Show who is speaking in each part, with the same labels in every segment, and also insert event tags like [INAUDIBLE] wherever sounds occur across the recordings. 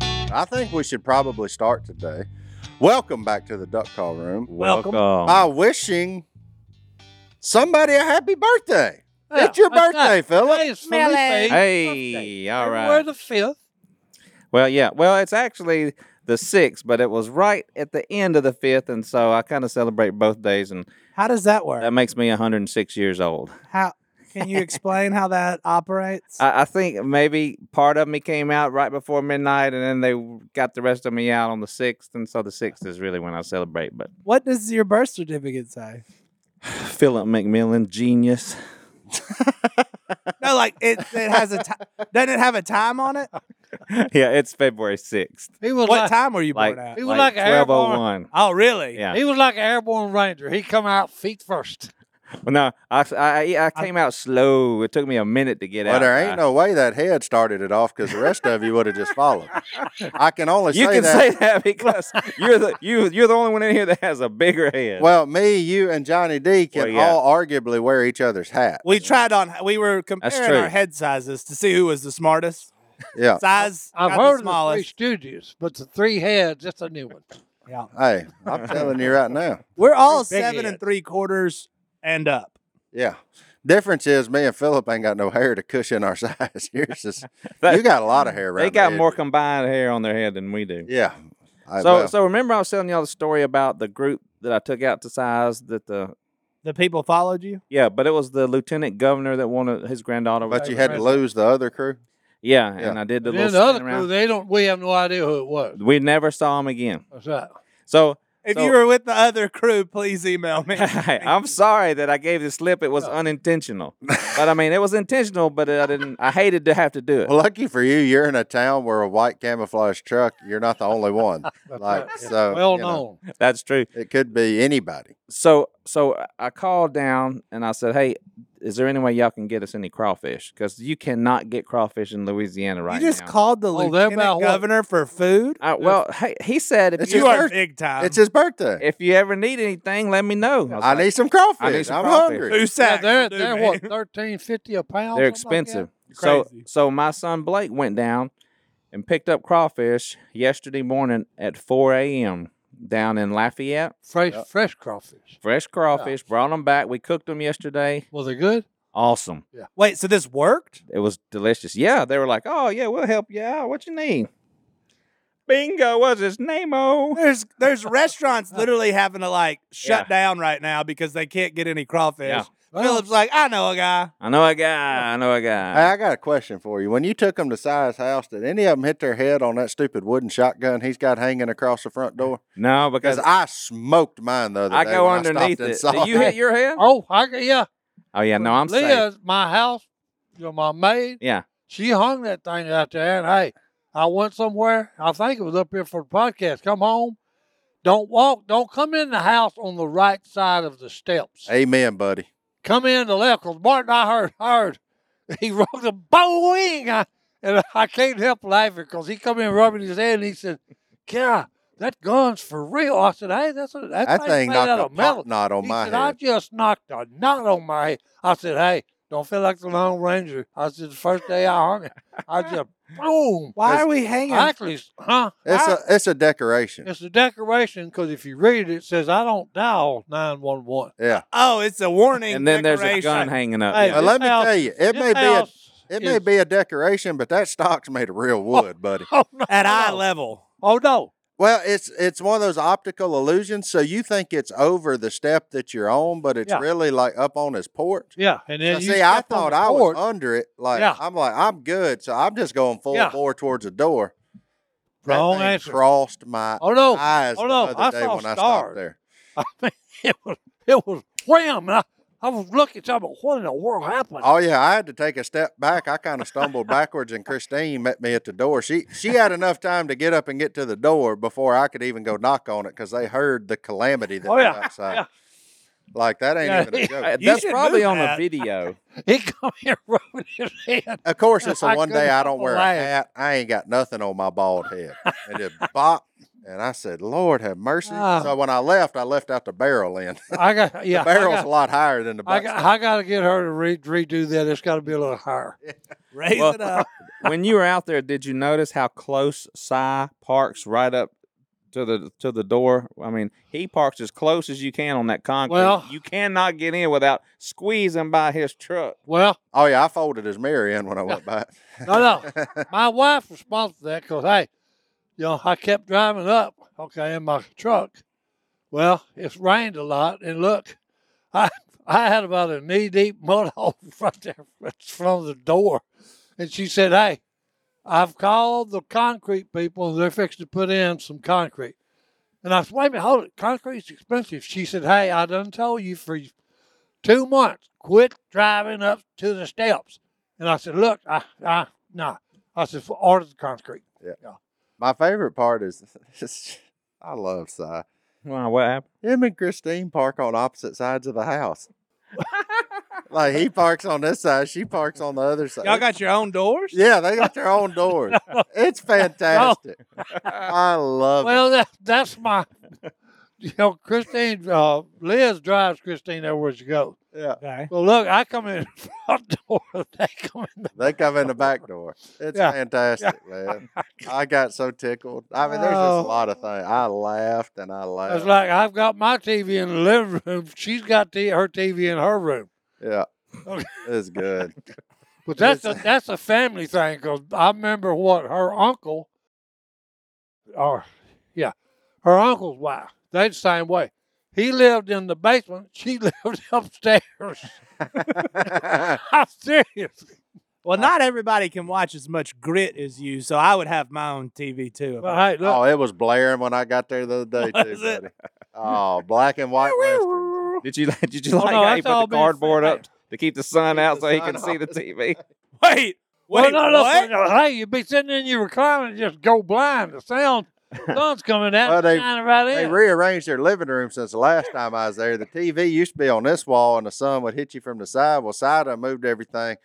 Speaker 1: I think we should probably start today. Welcome back to the Duck Call Room.
Speaker 2: Welcome.
Speaker 1: I wishing somebody a happy birthday.
Speaker 2: Yeah,
Speaker 1: it's your
Speaker 2: that's
Speaker 1: birthday,
Speaker 2: right.
Speaker 1: Philip.
Speaker 2: Today is
Speaker 3: Smelly.
Speaker 2: Felipe's birthday.
Speaker 4: Hey, all
Speaker 2: February
Speaker 4: right.
Speaker 2: the fifth.
Speaker 4: Well, yeah. Well, it's actually the sixth, but it was right at the end of the fifth, and so I kind of celebrate both days, and
Speaker 3: How does that work?
Speaker 4: that makes me 106 years old.
Speaker 3: how can you explain how that operates?
Speaker 4: I, I think maybe part of me came out right before midnight, and then they got the rest of me out on the sixth, and so the sixth is really when I celebrate. But [SIGHS]
Speaker 3: what does your birth certificate say?
Speaker 4: Philip McMillan, genius. [LAUGHS]
Speaker 3: No, like it, it has a ti- doesn't it have a time on it?
Speaker 4: yeah, it's February sixth,
Speaker 2: He was
Speaker 3: What
Speaker 2: like
Speaker 3: time were you
Speaker 4: like,
Speaker 3: born at?
Speaker 2: He was like a airborne-
Speaker 4: 1201.
Speaker 3: Oh, really?
Speaker 4: Yeah.
Speaker 2: he was like an airborne ranger. He come out feet first.
Speaker 4: Well, no, I, I, I came out slow. It took me a minute to get
Speaker 1: Well,
Speaker 4: out.
Speaker 1: there ain't
Speaker 4: I-
Speaker 1: no way that head started it off because the rest of you would have just
Speaker 4: [LAUGHS]
Speaker 1: followed. I can only
Speaker 4: You
Speaker 1: say
Speaker 4: can
Speaker 1: that.
Speaker 4: say
Speaker 1: [LAUGHS]
Speaker 4: that because you're the you you're the only one in here that has a bigger head.
Speaker 1: well, me, you, and Johnny D can
Speaker 4: Well, yeah.
Speaker 1: all arguably wear each other's hat.
Speaker 3: We tried on. We were comparing our
Speaker 4: true. Uh,
Speaker 3: head sizes to see who was the smartest.
Speaker 4: [LAUGHS]
Speaker 1: Yeah.
Speaker 3: Size
Speaker 2: I've heard
Speaker 3: got the
Speaker 2: of the three
Speaker 3: smallest.
Speaker 2: studios, but the three heads, that's
Speaker 4: [LAUGHS]
Speaker 2: a new one.
Speaker 3: yeah.
Speaker 1: Hey, I'm telling you right now.
Speaker 3: We're all
Speaker 2: Big
Speaker 3: seven
Speaker 2: head.
Speaker 3: and three quarters and up.
Speaker 1: Yeah. Difference is me and Philip ain't got no hair to cushion our [LAUGHS] size. Yours is
Speaker 4: They-
Speaker 1: you got a lot of hair right
Speaker 4: they got more combined hair on their head than we do.
Speaker 1: Yeah. I-
Speaker 4: so
Speaker 1: well,
Speaker 4: so remember I was telling y'all the story about the group that I took out to size that the
Speaker 3: The people followed you.
Speaker 4: yeah, but it was the lieutenant governor that wanted his granddaughter. was-
Speaker 1: but you had to lose the other crew.
Speaker 4: yeah,
Speaker 1: Yeah.
Speaker 4: and I did the
Speaker 2: And
Speaker 4: little
Speaker 2: then the other
Speaker 4: spin
Speaker 2: crew,
Speaker 4: around.
Speaker 2: they don't. We have no idea who it was.
Speaker 4: We never saw him again.
Speaker 2: That's right.
Speaker 4: So [LAUGHS]
Speaker 3: If
Speaker 4: So-
Speaker 3: you were with the other crew, please email me.
Speaker 2: [LAUGHS]
Speaker 4: I'm sorry that I gave the slip. It was
Speaker 1: [LAUGHS]
Speaker 2: Yeah.
Speaker 4: unintentional, but I mean it was intentional. But uh, I didn't. I hated to have to do it.
Speaker 1: Well, lucky for you, you're in a town where a white camouflage truck, you're not the only
Speaker 4: [LAUGHS]
Speaker 1: one.
Speaker 2: That's
Speaker 1: Like,
Speaker 2: right.
Speaker 1: so,
Speaker 2: well
Speaker 1: you know.
Speaker 2: known.
Speaker 4: That's true.
Speaker 1: It could be anybody.
Speaker 4: so so I- I called down and I said, "Hey, is there any way y'all can get us any crawfish? Because you cannot get crawfish in Louisiana [LAUGHS] right
Speaker 3: you just
Speaker 4: now." Uh,
Speaker 3: called the
Speaker 2: Oh, they're
Speaker 3: lieutenant
Speaker 2: about what?
Speaker 3: governor for food.
Speaker 4: I- well, hey, he said,
Speaker 1: It's
Speaker 4: if
Speaker 1: his
Speaker 4: you,
Speaker 3: You are
Speaker 1: birth-
Speaker 3: big time.
Speaker 1: it's his birthday.
Speaker 4: "If you ever need anything, let me know." was
Speaker 1: I
Speaker 4: like,
Speaker 1: need some crawfish. I
Speaker 4: I need some
Speaker 1: am
Speaker 4: crawfish.
Speaker 1: hungry.
Speaker 3: Who
Speaker 2: Yeah,
Speaker 3: said
Speaker 2: they're they're what thirteen fifty a pound.
Speaker 4: they're
Speaker 2: something like that?
Speaker 4: expensive. so
Speaker 3: Crazy.
Speaker 4: so my son Blake went down and picked up crawfish yesterday morning at 4 a.m. down in Lafayette.
Speaker 2: Fresh
Speaker 1: Yeah.
Speaker 2: fresh crawfish.
Speaker 4: Fresh crawfish, brought them back. We cooked them yesterday.
Speaker 2: Well, they're good.
Speaker 4: Awesome.
Speaker 3: Wait, so this worked?
Speaker 4: It was delicious. Yeah, they were like, "Oh yeah, we'll help you out. What you need?" Bingo was his name. Oh,
Speaker 3: There's
Speaker 2: [LAUGHS]
Speaker 3: there's restaurants literally having to like shut down right now because they can't get any crawfish.
Speaker 4: Yeah.
Speaker 2: Well,
Speaker 3: Philip's like, I know a guy.
Speaker 4: I know a guy. I know a
Speaker 1: Hey,
Speaker 4: guy.
Speaker 1: I got a question for you. When you took them to Si's house, did any of them hit their head on that stupid wooden shotgun he's got hanging across the front door?
Speaker 4: No, because
Speaker 1: Because
Speaker 4: I,
Speaker 1: I smoked mine the other day.
Speaker 4: go
Speaker 1: when I stopped
Speaker 4: underneath
Speaker 1: and
Speaker 4: it.
Speaker 1: saw
Speaker 4: Did you hit your head?
Speaker 2: Oh, I g- yeah.
Speaker 4: Oh yeah, no, I'm safe.
Speaker 2: Leah's my house. You know, my maid.
Speaker 4: Yeah,
Speaker 2: She hung that thing out there, and hey, I went somewhere. I think it was up here for the podcast. Come home. Don't walk. Don't come in the house on the right side of the steps.
Speaker 1: Amen, buddy.
Speaker 2: Come in the left, cause Martin, I heard, heard [LAUGHS] he rocked a boing, I, and I can't help laughing because he come in rubbing his head and he said, "God, that gun's for real." I said, "Hey, that's a that,
Speaker 1: That thing
Speaker 2: made out
Speaker 1: knocked a
Speaker 2: of metal."
Speaker 1: pop knot on
Speaker 2: he
Speaker 1: my
Speaker 2: said, I
Speaker 1: head.
Speaker 2: just knocked a knot on my head. I said, hey, don't feel like the Lone Ranger. I said, the first day I hung it,
Speaker 1: [LAUGHS]
Speaker 2: I just, boom.
Speaker 3: Why are we hanging?
Speaker 2: I actually, huh?
Speaker 1: It's a it's a decoration.
Speaker 2: It's a decoration because if you read it, it says, I don't dial 911.
Speaker 1: yeah.
Speaker 3: oh, it's a warning.
Speaker 4: and then there's a
Speaker 3: decoration.
Speaker 4: gun hanging up.
Speaker 2: Hey,
Speaker 1: Now,
Speaker 4: yeah.
Speaker 2: this
Speaker 1: let me
Speaker 2: house-
Speaker 1: tell you, it
Speaker 2: This
Speaker 1: may be a
Speaker 2: house
Speaker 1: it may
Speaker 2: is-
Speaker 1: be a decoration, but that stock's made of real wood, buddy.
Speaker 2: [LAUGHS] Oh, no,
Speaker 3: at eye
Speaker 2: no.
Speaker 3: level.
Speaker 2: Oh, no.
Speaker 1: Well, it's it's one of those optical illusions. So you think it's over the step that you're on, but it's
Speaker 2: Yeah.
Speaker 1: really like up on his porch.
Speaker 2: Yeah. And
Speaker 1: So
Speaker 2: then you
Speaker 1: see, I
Speaker 2: step on
Speaker 1: thought
Speaker 2: the
Speaker 1: I was
Speaker 2: porch.
Speaker 1: under it. Like
Speaker 2: Yeah.
Speaker 1: I'm like I'm good, so I'm just going full
Speaker 2: Yeah.
Speaker 1: bore towards the door. That
Speaker 2: Wrong
Speaker 1: thing
Speaker 2: answer.
Speaker 1: Crossed my
Speaker 2: Oh, no.
Speaker 1: eyes
Speaker 2: Oh,
Speaker 1: the
Speaker 2: no,
Speaker 1: other
Speaker 2: I
Speaker 1: day
Speaker 2: saw
Speaker 1: when I stopped
Speaker 2: stars.
Speaker 1: there.
Speaker 2: I mean, [LAUGHS] it was, it was wham. And I, I was looking, talking about what in the world happened? [LAUGHS]
Speaker 1: Oh yeah, I had to take a step back. I kind of stumbled backwards, and Christine met me at the door. She she had enough time to get up and get to the door before I could even go knock on it because they heard the calamity that
Speaker 2: Oh,
Speaker 1: was
Speaker 2: yeah, [LAUGHS]
Speaker 1: outside.
Speaker 2: yeah.
Speaker 1: Like that ain't
Speaker 2: Yeah,
Speaker 1: even a joke.
Speaker 4: Uh,
Speaker 3: You
Speaker 4: That's
Speaker 3: should
Speaker 4: probably
Speaker 3: move
Speaker 4: on the
Speaker 3: that.
Speaker 4: video.
Speaker 2: He come [LAUGHS] in rubbing his head.
Speaker 1: Of course, it's a
Speaker 2: [LAUGHS] I
Speaker 1: one day
Speaker 2: couldn't
Speaker 1: I don't wear a
Speaker 2: laugh.
Speaker 1: hat. I ain't got nothing on my bald head. And it bop, and I said, "Lord have mercy."
Speaker 2: Ah.
Speaker 1: so when I left, I left out the barrel end. [LAUGHS]
Speaker 2: I got, yeah.
Speaker 1: the
Speaker 2: I
Speaker 1: barrel's
Speaker 2: got-
Speaker 1: a lot higher than the
Speaker 2: I
Speaker 1: butt.
Speaker 2: got, I got to get her to re- redo that. It's got to be a little higher.
Speaker 3: Raise
Speaker 4: Well- [LAUGHS]
Speaker 3: it up.
Speaker 4: when you were out there, did you notice how close Cy parks right up to the to the door? I mean, he parks as close as you can on that concrete.
Speaker 2: Well-
Speaker 4: you cannot get in without squeezing by his truck.
Speaker 2: Well,
Speaker 1: Oh yeah, I folded his mirror in when I went by.
Speaker 2: no, no.
Speaker 1: [LAUGHS]
Speaker 2: my wife's responsible for that because hey, you know, I kept driving up, okay, in my truck. Well, it's rained a lot, and look, [LAUGHS] I I had about a knee deep [LAUGHS] mud hole right there from the door, and she said, "Hey, I've called the concrete people, and they're fixing to put in some concrete." And I said, "Wait a minute, hold it, concrete's expensive." She said, "Hey, I done told you for two months, quit driving up to the steps." And I said, "Look, I, I, nah." I said, "For order the concrete."
Speaker 1: My favorite part is, [LAUGHS] I love Cy.
Speaker 4: Wow, what happened?
Speaker 1: Him and Christine park on opposite sides of the
Speaker 2: [LAUGHS]
Speaker 1: house. like he parks on this side, she parks on the other side.
Speaker 3: Y'all got your own doors?
Speaker 1: yeah, they got their own
Speaker 2: [LAUGHS]
Speaker 1: doors. It's fantastic. I love it.
Speaker 2: Well, that, that's
Speaker 1: [LAUGHS]
Speaker 2: my, you know, Christine, uh, Liz drives Christine everywhere she goes.
Speaker 1: Yeah,
Speaker 3: Okay.
Speaker 2: Well, look, I come in [LAUGHS] the front door, they come in the
Speaker 1: they come in the back door. It's
Speaker 2: Yeah.
Speaker 1: fantastic,
Speaker 2: [LAUGHS]
Speaker 1: man. I got so tickled. I mean, there's
Speaker 2: Oh.
Speaker 1: just a lot of things. I laughed and I laughed.
Speaker 2: It's like I've got my TV in the living room. She's got the, her TV in her room.
Speaker 1: yeah,
Speaker 2: Okay.
Speaker 1: it's good.
Speaker 2: But Oh, [LAUGHS] that's a,
Speaker 1: It's-
Speaker 2: that's a family thing because I remember what her uncle, or yeah, her uncle's wife. They the same way. He lived in the basement. She [LAUGHS] lived upstairs. [LAUGHS]
Speaker 1: [LAUGHS]
Speaker 2: I'm serious.
Speaker 3: Well, not everybody can watch as much grit as you, so I would have my own TV too.
Speaker 2: But hey, look,
Speaker 1: oh, it was blaring when I got there the other day too,
Speaker 3: Was it?
Speaker 1: buddy. Oh, black and white western.
Speaker 2: [LAUGHS]
Speaker 4: Did you [LAUGHS] did you like
Speaker 2: no,
Speaker 4: how
Speaker 2: that's
Speaker 4: he put
Speaker 2: all
Speaker 4: the
Speaker 2: been
Speaker 4: cardboard
Speaker 2: said.
Speaker 4: up to keep the sun
Speaker 1: Keep
Speaker 4: out
Speaker 1: the
Speaker 4: so he
Speaker 1: sun
Speaker 4: can see the
Speaker 1: off.
Speaker 4: TV?
Speaker 3: Wait, wait,
Speaker 2: well, no, no,
Speaker 3: what?
Speaker 2: no, hey, you'd be sitting in your recliner and just go blind. The
Speaker 3: [LAUGHS]
Speaker 2: sound, sun's coming out,
Speaker 1: Well, they-
Speaker 2: shining right
Speaker 1: They
Speaker 2: in.
Speaker 1: rearranged their living room since the last time I was there. The TV used to be on this wall, and the sun would hit you from the side. Well, Sida moved everything,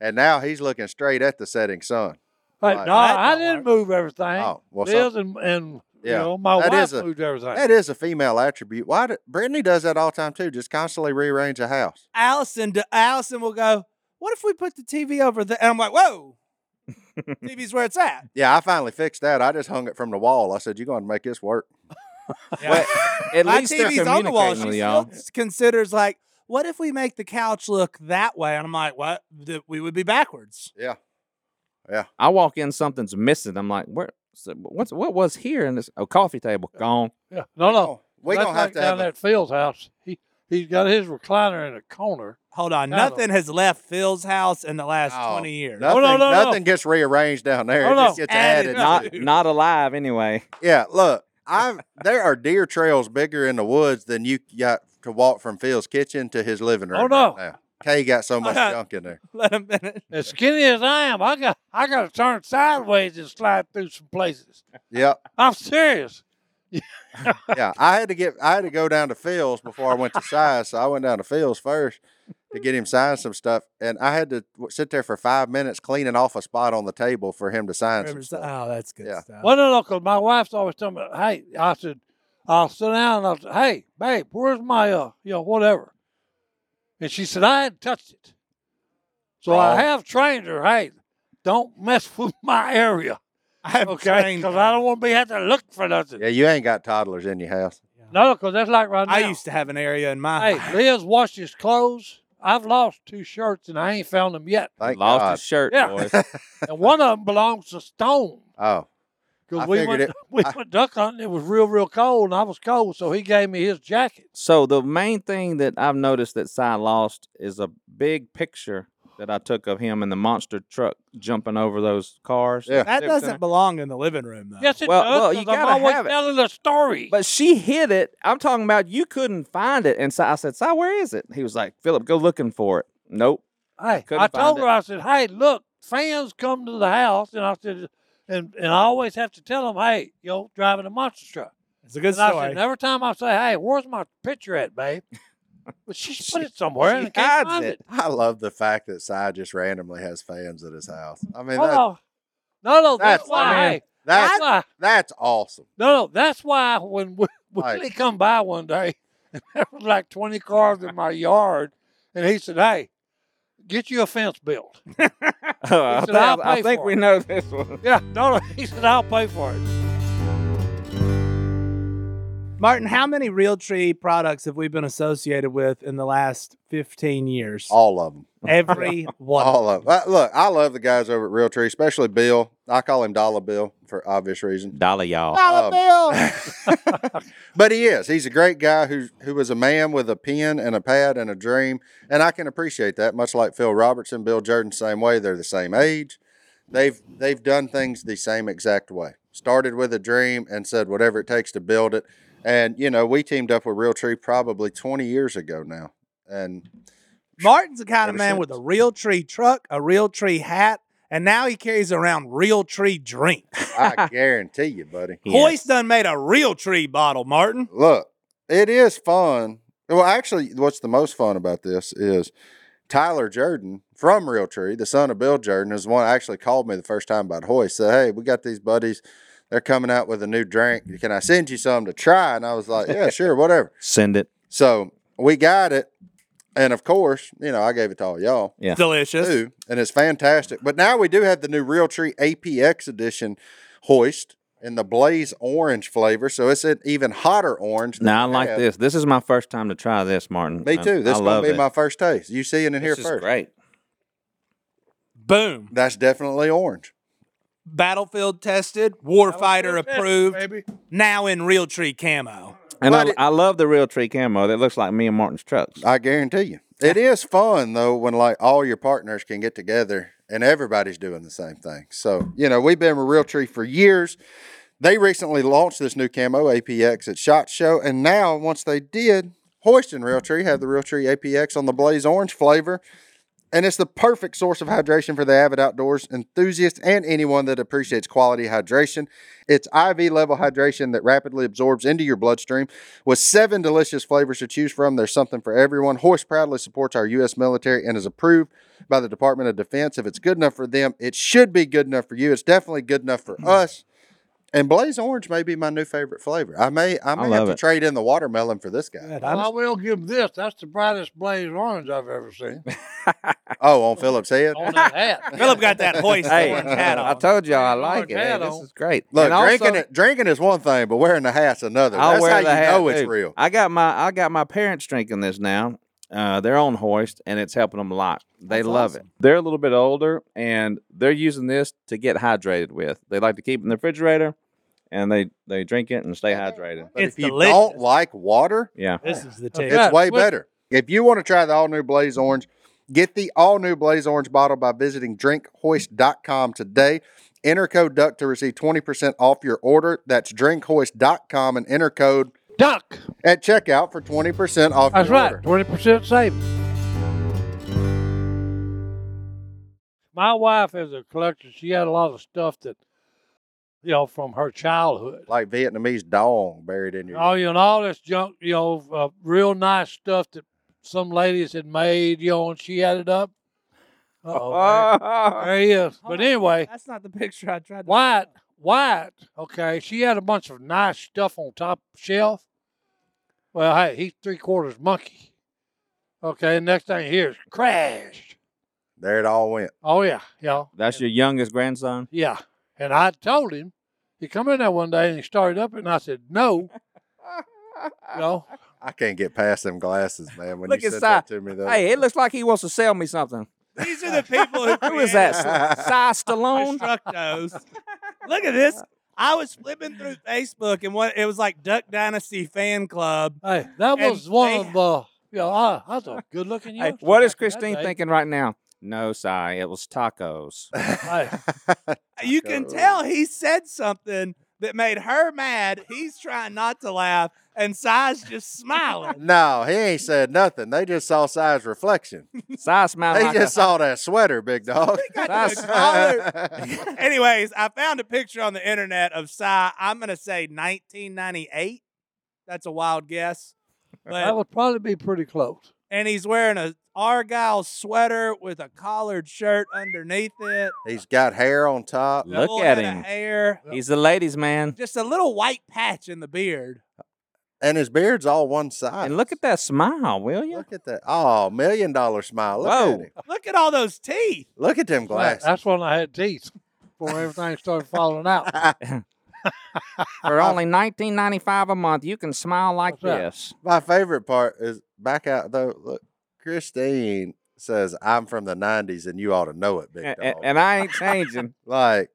Speaker 1: and now he's looking straight at the setting sun.
Speaker 2: Hey,
Speaker 1: Right.
Speaker 2: no,
Speaker 3: That
Speaker 2: I
Speaker 3: don't
Speaker 2: didn't
Speaker 3: work.
Speaker 2: move everything.
Speaker 1: Oh, well, some-
Speaker 2: Liz and, and you
Speaker 1: Yeah,
Speaker 2: know, my
Speaker 1: that
Speaker 2: wife
Speaker 1: is a-
Speaker 2: moved everything.
Speaker 1: that is a female attribute. Why? Do, Brittany does that all the time too. Just constantly rearrange a house.
Speaker 3: Allison, d- Allison will go, What if we put the TV over there? And I'm
Speaker 4: [LAUGHS]
Speaker 3: like, Whoa, TV's where it's at.
Speaker 1: Yeah, I finally fixed that. I just hung it from the wall. I said, "You're going to make this work."
Speaker 4: Well, at
Speaker 3: My
Speaker 4: least they're
Speaker 3: TV's on the
Speaker 4: communicating
Speaker 3: wall. She
Speaker 4: with
Speaker 3: still
Speaker 4: y'all.
Speaker 3: s- considers, like, What if we make the couch look that way? And I'm like, What? Th- We would be backwards.
Speaker 1: Yeah,
Speaker 4: I walk in, something's missing. I'm like, where? So what's what was here in this? Oh, coffee table gone.
Speaker 2: [LAUGHS] yeah. No, no.
Speaker 1: we're
Speaker 2: That's
Speaker 1: gonna
Speaker 2: like
Speaker 1: have to
Speaker 2: Oh, down
Speaker 1: have. A,
Speaker 2: at Phil's house. He he's got his recliner in a corner.
Speaker 3: Hold on.
Speaker 2: No.
Speaker 3: Nothing has left Phil's house in the last
Speaker 1: Oh,
Speaker 3: 20 years.
Speaker 1: nothing,
Speaker 2: no, no, no.
Speaker 1: nothing gets rearranged down there.
Speaker 2: No,
Speaker 1: it
Speaker 2: no.
Speaker 1: just gets
Speaker 3: Added
Speaker 1: added.
Speaker 3: up.
Speaker 1: to.
Speaker 4: Not not alive anyway.
Speaker 1: Yeah, look,
Speaker 2: [LAUGHS]
Speaker 1: I've there are deer trails bigger in the woods than you got to walk from Phil's kitchen to his living room.
Speaker 2: Oh,
Speaker 1: right
Speaker 2: no.
Speaker 1: now. Kay got so
Speaker 2: [LAUGHS]
Speaker 1: much
Speaker 3: Uh-huh.
Speaker 1: junk in there.
Speaker 3: [LAUGHS] Let a minute.
Speaker 2: As skinny as I am, I got I got to turn sideways and slide through some places.
Speaker 1: Yeah,
Speaker 2: I'm serious.
Speaker 1: yeah. I had to get I had to go down to Phil's before I went to size, so I went down to Phil's first to get him signed some stuff, and I had to w- sit there for five minutes cleaning off a spot on the table for him to sign some
Speaker 3: Remember, so-
Speaker 1: stuff.
Speaker 3: oh, that's good
Speaker 1: Yeah.
Speaker 3: stuff.
Speaker 2: Well, no, no, 'cause my wife's always telling me, "Hey," I said, "I'll sit down." And I said, "Hey, babe, where's my uh, you know, whatever?" And she said, "I hadn't touched it." So
Speaker 3: Oh.
Speaker 1: Wrong.
Speaker 2: I have trained her. Hey, don't mess [LAUGHS] with my area,
Speaker 3: I have
Speaker 2: okay?
Speaker 3: trained
Speaker 2: Because
Speaker 3: her.
Speaker 2: I don't want to be having to look for nothing.
Speaker 1: Yeah, you ain't got toddlers in your house.
Speaker 2: No, because that's like right now.
Speaker 3: I used to have an area in my
Speaker 2: Hey, Liz washed his clothes. I've lost two shirts and I ain't found them
Speaker 3: [LAUGHS]
Speaker 2: yet.
Speaker 1: Thank
Speaker 4: Lost
Speaker 1: God.
Speaker 4: his shirt,
Speaker 2: Yeah.
Speaker 4: boys.
Speaker 2: And one of them belongs to Stone
Speaker 1: Oh, I
Speaker 2: because we
Speaker 1: figured
Speaker 2: went
Speaker 1: it-
Speaker 2: [LAUGHS] we
Speaker 1: I-
Speaker 2: went duck hunting. It was real, real cold, and I was cold, so he gave me his jacket.
Speaker 4: So the main thing that I've noticed that Cy lost is a big picture that I took of him in the monster truck jumping over those cars.
Speaker 1: Yeah.
Speaker 3: That
Speaker 4: They're
Speaker 3: doesn't
Speaker 4: kinda-
Speaker 3: belong in the living room, though.
Speaker 2: Yes, it
Speaker 4: Well,
Speaker 2: does.
Speaker 4: well, you
Speaker 2: 'cause I'm
Speaker 4: gotta
Speaker 2: always
Speaker 4: have it.
Speaker 2: telling a story.
Speaker 4: But she hid it. I'm talking about you couldn't find it. And so I said, "Cy, where is it?" He was like, "Philip, go looking for it." Nope. [LAUGHS]
Speaker 2: hey,
Speaker 4: couldn't
Speaker 2: I told
Speaker 4: find
Speaker 2: her, I said, "Hey, look, fans come to the house," and I said, and and I always have to tell them, "Hey, you know, driving a monster truck."
Speaker 3: It's a good
Speaker 2: And I said,
Speaker 3: story.
Speaker 2: and every time I say, "Hey, where's my picture at, babe?" But
Speaker 4: [LAUGHS]
Speaker 2: she, put it somewhere and
Speaker 4: she
Speaker 2: I can't
Speaker 4: hides
Speaker 2: find
Speaker 4: it.
Speaker 2: it.
Speaker 1: I love the fact that Cy just randomly has fans at his house. I mean,
Speaker 2: Hold
Speaker 1: that,
Speaker 2: on. No, no,
Speaker 1: that's-
Speaker 2: that's, why.
Speaker 1: I mean,
Speaker 2: hey,
Speaker 1: that's
Speaker 2: Oh, that's why.
Speaker 1: that's awesome.
Speaker 2: No, no, that's why when [LAUGHS] Wi-
Speaker 1: Like-
Speaker 2: Willie come by [LAUGHS] one day, there was like twenty cars in my yard, and he said, "Hey, get you a fence built.
Speaker 4: Oh, I,
Speaker 2: He said,
Speaker 4: thi-
Speaker 2: "I'll
Speaker 4: I
Speaker 2: pay
Speaker 4: think
Speaker 2: for
Speaker 4: we
Speaker 2: it."
Speaker 4: know this one.
Speaker 2: Yeah, no, [LAUGHS] no. He said, I'll pay for it.
Speaker 3: Martin, how many Realtree products have we been associated with in the last 15 years?
Speaker 1: All of them.
Speaker 3: Every one.
Speaker 1: All of 'em. Uh, Look, I love the guys over at Realtree, especially Bill. I call him Dollar Bill for obvious reason.
Speaker 4: Dollar y'all. [LAUGHS]
Speaker 3: Dollar
Speaker 1: Um,
Speaker 3: bill.
Speaker 1: But he is. He's a great guy who who was a man with a pen and a pad and a dream, and I can appreciate that. Much like Phil Robertson, Bill Jordan, same way. They're the same age. They've they've done things the same exact way. Started with a dream and said whatever it takes to build it. And you know, we teamed up with Realtree probably 20 years ago now, and
Speaker 3: Martin's the kind of
Speaker 1: Ever
Speaker 3: man
Speaker 1: since.
Speaker 3: with a Realtree truck, a Realtree hat, and now he carries around
Speaker 4: [LAUGHS]
Speaker 3: Realtree drink.
Speaker 1: I guarantee you, buddy.
Speaker 3: Hoist done made a Realtree bottle, Martin.
Speaker 1: look, it is fun. Well, actually, what's the most fun about this is Tyler Jordan from Realtree, the son of Bill Jordan, is the one that actually called me the first time about Hoist. Said, "Hey, we got these buddies. They're coming out with a new drink. Can I send you some to try?" And I was like, "Yeah, sure, whatever."
Speaker 4: Send it.
Speaker 1: So we got it, and of course, you know, I gave it to all y'all
Speaker 4: Yeah.
Speaker 3: Delicious.
Speaker 1: too, and it's fantastic. But now we do have the new Realtree APX edition hoist in the Blaze orange flavor, so it's an even hotter orange. than
Speaker 4: Now I
Speaker 1: we
Speaker 4: like
Speaker 1: had.
Speaker 4: this. This is my first time to try this, Martin.
Speaker 1: Me
Speaker 4: I-
Speaker 1: too. This
Speaker 4: I
Speaker 1: is gonna
Speaker 4: love
Speaker 1: be
Speaker 4: it.
Speaker 1: my first taste. You see it in here
Speaker 4: This is
Speaker 1: first.
Speaker 4: great.
Speaker 3: Boom.
Speaker 1: That's definitely orange.
Speaker 3: Battlefield tested, warfighter [LAUGHS]
Speaker 2: That's it,
Speaker 3: approved,
Speaker 2: Baby.
Speaker 3: now in Realtree camo.
Speaker 4: And I,
Speaker 1: But it-
Speaker 4: I love the real tree camo. That looks like me and Martin's trucks.
Speaker 1: I guarantee you. It is fun though when like all your partners can get together and everybody's doing the same thing. So you know we've been with Realtree for years. They recently launched this new camo APX at Shot Show, and now once they did, Hoist and Realtree have the Realtree APX on the Blaze Orange flavor, and it's the perfect source of hydration for the avid outdoors enthusiast and anyone that appreciates quality hydration. It's IV level hydration that rapidly absorbs into your bloodstream. With seven delicious flavors to choose from, there's something for everyone. Hoist proudly supports our U.S. military and is approved by the Department of Defense. If it's good enough for them, it should be good enough for you. It's definitely good enough for us. And Blaze Orange may be my new favorite flavor. I may I may have
Speaker 4: love
Speaker 1: to
Speaker 4: it.
Speaker 1: trade in the watermelon for this guy.
Speaker 3: Good.
Speaker 2: Well, I
Speaker 3: I'm-
Speaker 2: will give him this. That's the brightest blaze orange I've ever seen
Speaker 1: Oh, on Phillips head.
Speaker 2: on that [LAUGHS] hat.
Speaker 3: Philip got that hoist
Speaker 4: Hey, [LAUGHS]
Speaker 3: orange hat on.
Speaker 4: I told y'all I like it. Hey,
Speaker 2: Hat
Speaker 4: this
Speaker 2: on.
Speaker 4: is great.
Speaker 1: Look,
Speaker 4: And also-
Speaker 1: drinking it, drinking is one thing, but wearing the hat's another.
Speaker 4: I'll
Speaker 1: That's
Speaker 4: wear
Speaker 1: how
Speaker 4: the
Speaker 1: you
Speaker 4: hat,
Speaker 1: know it's
Speaker 4: too.
Speaker 1: real.
Speaker 4: I got my I got my parents drinking this now. Uh, their own hoist, and it's helping them a lot. They
Speaker 3: That's
Speaker 4: love
Speaker 3: awesome.
Speaker 4: it. They're a little bit older, and they're using this to get hydrated with. They like to keep it in the refrigerator, and they they drink it and stay hydrated.
Speaker 1: But
Speaker 3: It's
Speaker 1: if you
Speaker 3: delicious.
Speaker 1: don't like water,
Speaker 4: Yeah,
Speaker 3: This is the
Speaker 2: Okay.
Speaker 3: ticket.
Speaker 2: Yeah,
Speaker 1: it's way
Speaker 2: what-
Speaker 1: better. If you want to try the all new Blaze Orange, get the all new Blaze Orange bottle by visiting drinkhoist.com today. Enter code DUCK to receive 20% off your order. That's drinkhoist.com and enter code
Speaker 2: Duck.
Speaker 1: at checkout for 20% off
Speaker 2: That's
Speaker 1: your
Speaker 2: right.
Speaker 1: order.
Speaker 2: Twenty percent savings. My wife is a collector. She had a lot of stuff that, you know, from her childhood.
Speaker 1: Like Vietnamese dong buried in your.
Speaker 4: Oh.
Speaker 2: All you know, all this junk, you know, uh, real nice stuff that some ladies had made, you know, and she had it up.
Speaker 4: Uh-huh.
Speaker 2: Uh-oh, there, there he is. But anyway,
Speaker 3: that's not the picture I tried to
Speaker 2: White, White, okay, she had a bunch of nice stuff on top shelf. Well, hey, he's three quarters monkey. Okay, next thing here is crash.
Speaker 1: there it all went.
Speaker 2: Oh yeah, yeah,
Speaker 4: [LAUGHS] That's your youngest grandson.
Speaker 2: yeah. And I told him he come in there one day and he started up, it, and I said
Speaker 4: [LAUGHS]
Speaker 2: no, no.
Speaker 1: I can't get past them glasses, man. When
Speaker 4: Look
Speaker 1: you sent
Speaker 4: inside.
Speaker 1: that to me, though.
Speaker 4: Hey, it looks like he wants to sell me something.
Speaker 3: These are the people who
Speaker 4: [LAUGHS] Who is
Speaker 3: created
Speaker 1: [LAUGHS]
Speaker 4: that? Si Stallone?
Speaker 3: Destructos. Look at this. I was flipping through Facebook and what it was like Duck Dynasty fan club.
Speaker 2: Hey, that
Speaker 3: And
Speaker 2: was one
Speaker 3: they-
Speaker 2: of uh, you know, I, I was a good looking
Speaker 4: Hey,
Speaker 2: youngster.
Speaker 4: what is
Speaker 2: back in that
Speaker 4: Christine
Speaker 2: day.
Speaker 4: thinking right now? No, Si, it
Speaker 1: [LAUGHS]
Speaker 4: was tacos.
Speaker 3: You can tell he said something that made her mad. He's trying not to laugh, and Si's
Speaker 1: [LAUGHS]
Speaker 3: just smiling.
Speaker 1: no, he ain't said nothing. They just saw Si's reflection.
Speaker 4: Si smiling
Speaker 1: They
Speaker 4: like a-
Speaker 1: just saw that sweater, big dog. [LAUGHS]
Speaker 3: got to a collar. Anyways, I found a picture on the internet of Si. I'm gonna say 1998. That's a wild guess,
Speaker 4: [LAUGHS]
Speaker 2: that
Speaker 3: but
Speaker 2: would probably be pretty close.
Speaker 3: and he's wearing a argyle sweater with a collared shirt underneath it.
Speaker 1: He's got hair on top.
Speaker 4: Look
Speaker 3: Full
Speaker 4: at
Speaker 3: head of
Speaker 4: him.
Speaker 3: hair,
Speaker 4: He's a ladies' man.
Speaker 3: just a little white patch in the beard.
Speaker 1: and his beard's all one side.
Speaker 4: And look at that smile, will you?
Speaker 1: Look at that. Oh, million dollar smile. Look at
Speaker 4: Whoa.
Speaker 1: him.
Speaker 3: Look at all those teeth.
Speaker 1: Look at them
Speaker 2: Right,
Speaker 1: glasses.
Speaker 2: That's when I had teeth before everything started falling out.
Speaker 4: For only nineteen ninety five a month, you can smile like
Speaker 2: What's that?
Speaker 4: this.
Speaker 1: My favorite part is back out though. Look, Christine says, "I'm from the '90s, and you ought to know it, big
Speaker 4: And,
Speaker 1: dog."
Speaker 4: and I ain't changing.
Speaker 1: like,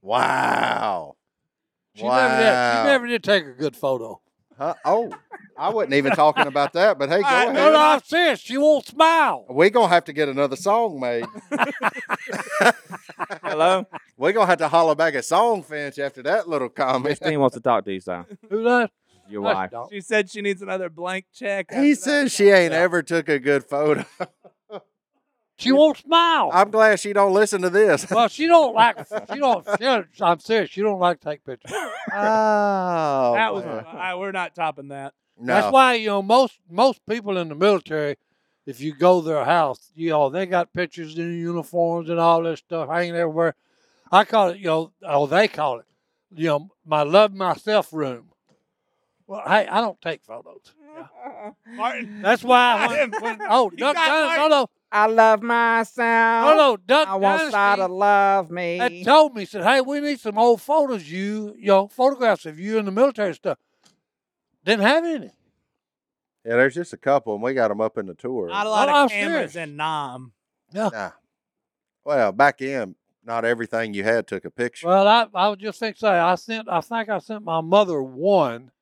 Speaker 1: wow,
Speaker 2: She, never did,
Speaker 1: Wow.
Speaker 2: she never did take a good photo.
Speaker 1: Huh? Oh, I wasn't even talking about that. But hey, go
Speaker 3: I
Speaker 1: ahead.
Speaker 2: No, no, I'm serious. She won't smile.
Speaker 1: We're gonna have to get another song
Speaker 2: [LAUGHS]
Speaker 1: made.
Speaker 4: Hello,
Speaker 1: We're gonna have to holler back a song fence after that little comment.
Speaker 4: Christine wants to talk to you, so
Speaker 2: Who does?
Speaker 4: your
Speaker 2: No, she
Speaker 4: wife.
Speaker 2: don't.
Speaker 3: [LAUGHS] She said she needs another blank check.
Speaker 1: [LAUGHS]
Speaker 3: after
Speaker 1: He
Speaker 3: that
Speaker 1: says she
Speaker 3: song.
Speaker 1: ain't ever took a good photo.
Speaker 2: She won't smile.
Speaker 1: [LAUGHS] I'm glad she don't listen to
Speaker 2: [LAUGHS]
Speaker 1: this.
Speaker 2: well, she don't like. She don't. She don't I'm serious. She don't like to take pictures.
Speaker 1: Oh,
Speaker 3: That was.
Speaker 1: man.
Speaker 3: I, we're not topping that.
Speaker 1: no.
Speaker 2: That's why you know most most people in the military, if you go their house, you know they got pictures in uniforms and all this stuff hanging everywhere. I call it you know oh they call it you know my love myself room. Well, hey, I don't take photos.
Speaker 3: Mm.
Speaker 1: [LAUGHS]
Speaker 3: Martin,
Speaker 2: That's
Speaker 3: [LAUGHS]
Speaker 2: why. I when, when, oh,
Speaker 3: You
Speaker 2: Duck
Speaker 3: got
Speaker 2: Dynasty,
Speaker 3: Mark-
Speaker 2: no,
Speaker 4: I love myself.
Speaker 2: no, no, no, Duck
Speaker 4: I want Sai to
Speaker 2: Dynasty
Speaker 4: love me.
Speaker 2: had told me said, "Hey, we need some old photos, you, you know, photographs of you in the military and stuff." Didn't have any.
Speaker 1: Yeah, there's just a couple, and we got them up in the tour.
Speaker 3: not a lot
Speaker 2: I'm
Speaker 3: of cameras
Speaker 2: serious.
Speaker 3: in Nam.
Speaker 1: Nah. Well, back in, not everything you had took a picture.
Speaker 2: Well, I, I was just think say I sent I think I sent my mother one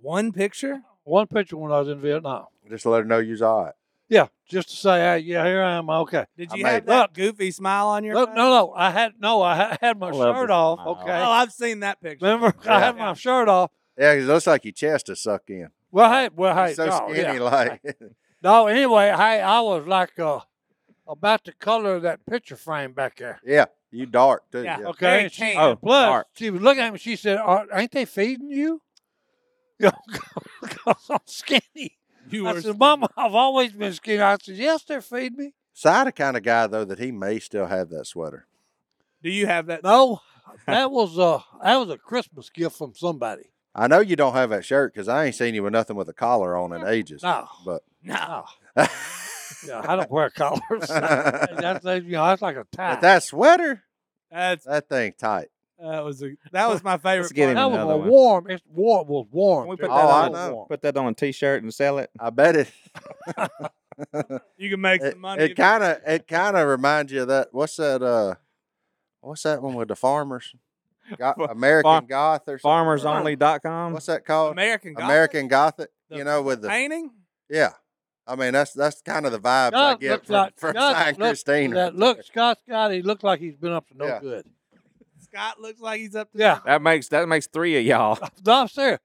Speaker 3: One picture.
Speaker 2: one picture when I was in Vietnam.
Speaker 1: just to let her know you're all right.
Speaker 2: Yeah, just to say, hey, yeah, here I am. Okay.
Speaker 3: Did
Speaker 1: I
Speaker 3: you
Speaker 1: made
Speaker 3: have
Speaker 1: it.
Speaker 3: that goofy smile on your?
Speaker 2: Look,
Speaker 3: face?
Speaker 2: no, no, I had no, I ha- had my
Speaker 4: I love
Speaker 2: shirt
Speaker 4: the
Speaker 2: off.
Speaker 4: smile.
Speaker 2: Okay,
Speaker 3: Oh, I've seen that picture.
Speaker 2: remember I had my shirt off.
Speaker 1: Yeah, 'cause it looks like your chest is sucked in.
Speaker 2: Well, hey, well,
Speaker 1: You're
Speaker 2: hey,
Speaker 1: so
Speaker 2: no,
Speaker 1: skinny,
Speaker 2: yeah.
Speaker 1: like.
Speaker 2: no. Anyway, hey, I was like uh, about the color of that picture frame back there.
Speaker 1: [LAUGHS] yeah, you dark too.
Speaker 3: Yeah.
Speaker 1: Yeah.
Speaker 2: Okay.
Speaker 3: Very
Speaker 2: and she-
Speaker 3: tan.
Speaker 4: Oh,
Speaker 2: Plus,
Speaker 4: dark.
Speaker 2: she was looking at me. She said, Are, "Ain't they feeding you?" [LAUGHS] You know, 'cause I'm skinny.
Speaker 3: You
Speaker 2: I
Speaker 3: were
Speaker 2: said, "Mama, I've always been skinny." I said, "Yes, they're feeding me."
Speaker 1: Side the kind of guy though that he may still have that sweater.
Speaker 3: Do you have that?
Speaker 2: No, that was a that was a Christmas gift from somebody.
Speaker 1: I know you don't have that shirt because I ain't seen you with nothing with a collar on in ages. [LAUGHS]
Speaker 2: No,
Speaker 1: But
Speaker 2: no,
Speaker 1: but
Speaker 2: yeah, I don't wear
Speaker 1: [LAUGHS]
Speaker 2: collars. that's that's, you know, that's like a tie.
Speaker 1: that sweater,
Speaker 3: That's
Speaker 1: that thing tight.
Speaker 3: that was a that
Speaker 1: [LAUGHS]
Speaker 3: was my favorite.
Speaker 4: get
Speaker 3: part.
Speaker 4: him
Speaker 2: That was
Speaker 4: another
Speaker 2: a
Speaker 4: one.
Speaker 2: warm. It's warm. Was warm.
Speaker 4: Can we put
Speaker 2: It
Speaker 1: that
Speaker 2: was
Speaker 1: on-
Speaker 2: so
Speaker 1: I know.
Speaker 2: warm.
Speaker 4: Put that on a t-shirt and sell it.
Speaker 1: I bet it.
Speaker 3: You can make
Speaker 1: It
Speaker 3: some money. if you-
Speaker 1: kind of it kind of reminds you of that. What's that? Uh, what's that one with the farmers? Go-
Speaker 4: Far- um,
Speaker 1: American Goth or something.
Speaker 4: FarmersOnly.com.
Speaker 1: What's that called?
Speaker 3: American Gothic?
Speaker 1: American Gothic.
Speaker 3: The
Speaker 1: you know, with the
Speaker 3: painting.
Speaker 1: yeah. I mean, that's that's kind of the vibes I
Speaker 2: Doug
Speaker 1: get
Speaker 2: looks
Speaker 1: from,
Speaker 2: like-
Speaker 1: from
Speaker 2: Doug
Speaker 1: Sign
Speaker 2: looks-
Speaker 1: Christine.
Speaker 2: That look, Scott, Scott, he looked like he's been up to no
Speaker 1: Yeah. [LAUGHS]
Speaker 2: good.
Speaker 3: Scott looks like he's up to
Speaker 2: Yeah,
Speaker 4: That makes that makes three of y'all.
Speaker 1: [LAUGHS]
Speaker 2: no, I'm serious.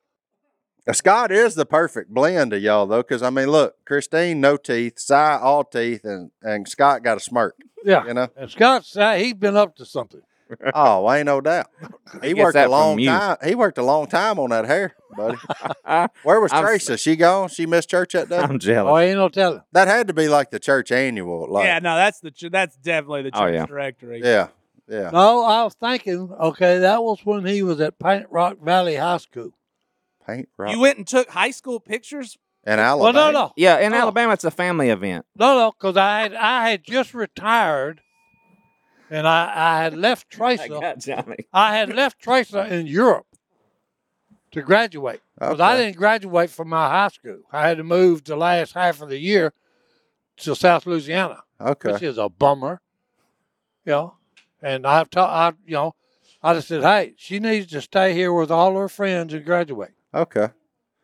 Speaker 1: Now, Scott is the perfect blend of y'all though, because I mean, look, Christine no teeth, Si all teeth, and and Scott got a smirk.
Speaker 2: Yeah.
Speaker 1: You know.
Speaker 4: [LAUGHS]
Speaker 2: And Scott's uh, he's been up to something.
Speaker 1: Oh, ain't no doubt. He
Speaker 4: gets
Speaker 1: worked
Speaker 4: that
Speaker 1: a
Speaker 4: from
Speaker 1: long
Speaker 4: you.
Speaker 1: time. He worked a long time on that hair,
Speaker 4: [LAUGHS]
Speaker 1: buddy.
Speaker 4: I,
Speaker 1: Where was
Speaker 4: I'm s-
Speaker 1: Teresa? She gone? She missed church that day.
Speaker 4: am [LAUGHS] jealous.
Speaker 2: Oh, ain't no telling.
Speaker 1: that had to be like the church annual. Like,
Speaker 3: yeah, no, that's the ch- that's definitely the church
Speaker 4: Oh, yeah.
Speaker 3: directory.
Speaker 1: yeah, yeah.
Speaker 2: No, I was thinking, okay, that was when he was at Paint Rock Valley High School.
Speaker 1: Paint rock
Speaker 3: You went and took high school pictures.
Speaker 1: and Alabama.
Speaker 2: Well, no, no,
Speaker 4: yeah, in
Speaker 2: Oh.
Speaker 4: Alabama, it's a family event.
Speaker 2: no, no, because I had I had just retired, and I I had left Tracer.
Speaker 4: [LAUGHS] Johnny.
Speaker 2: I had left Tracer in Europe to graduate because I
Speaker 1: Okay.
Speaker 2: didn't graduate from my high school. I had to move the last half of the year to South Louisiana. which
Speaker 1: Okay.
Speaker 2: is a bummer. You know, and I've taught, I, you know, I just said, hey, she needs to stay here with all her friends and graduate.
Speaker 1: Okay.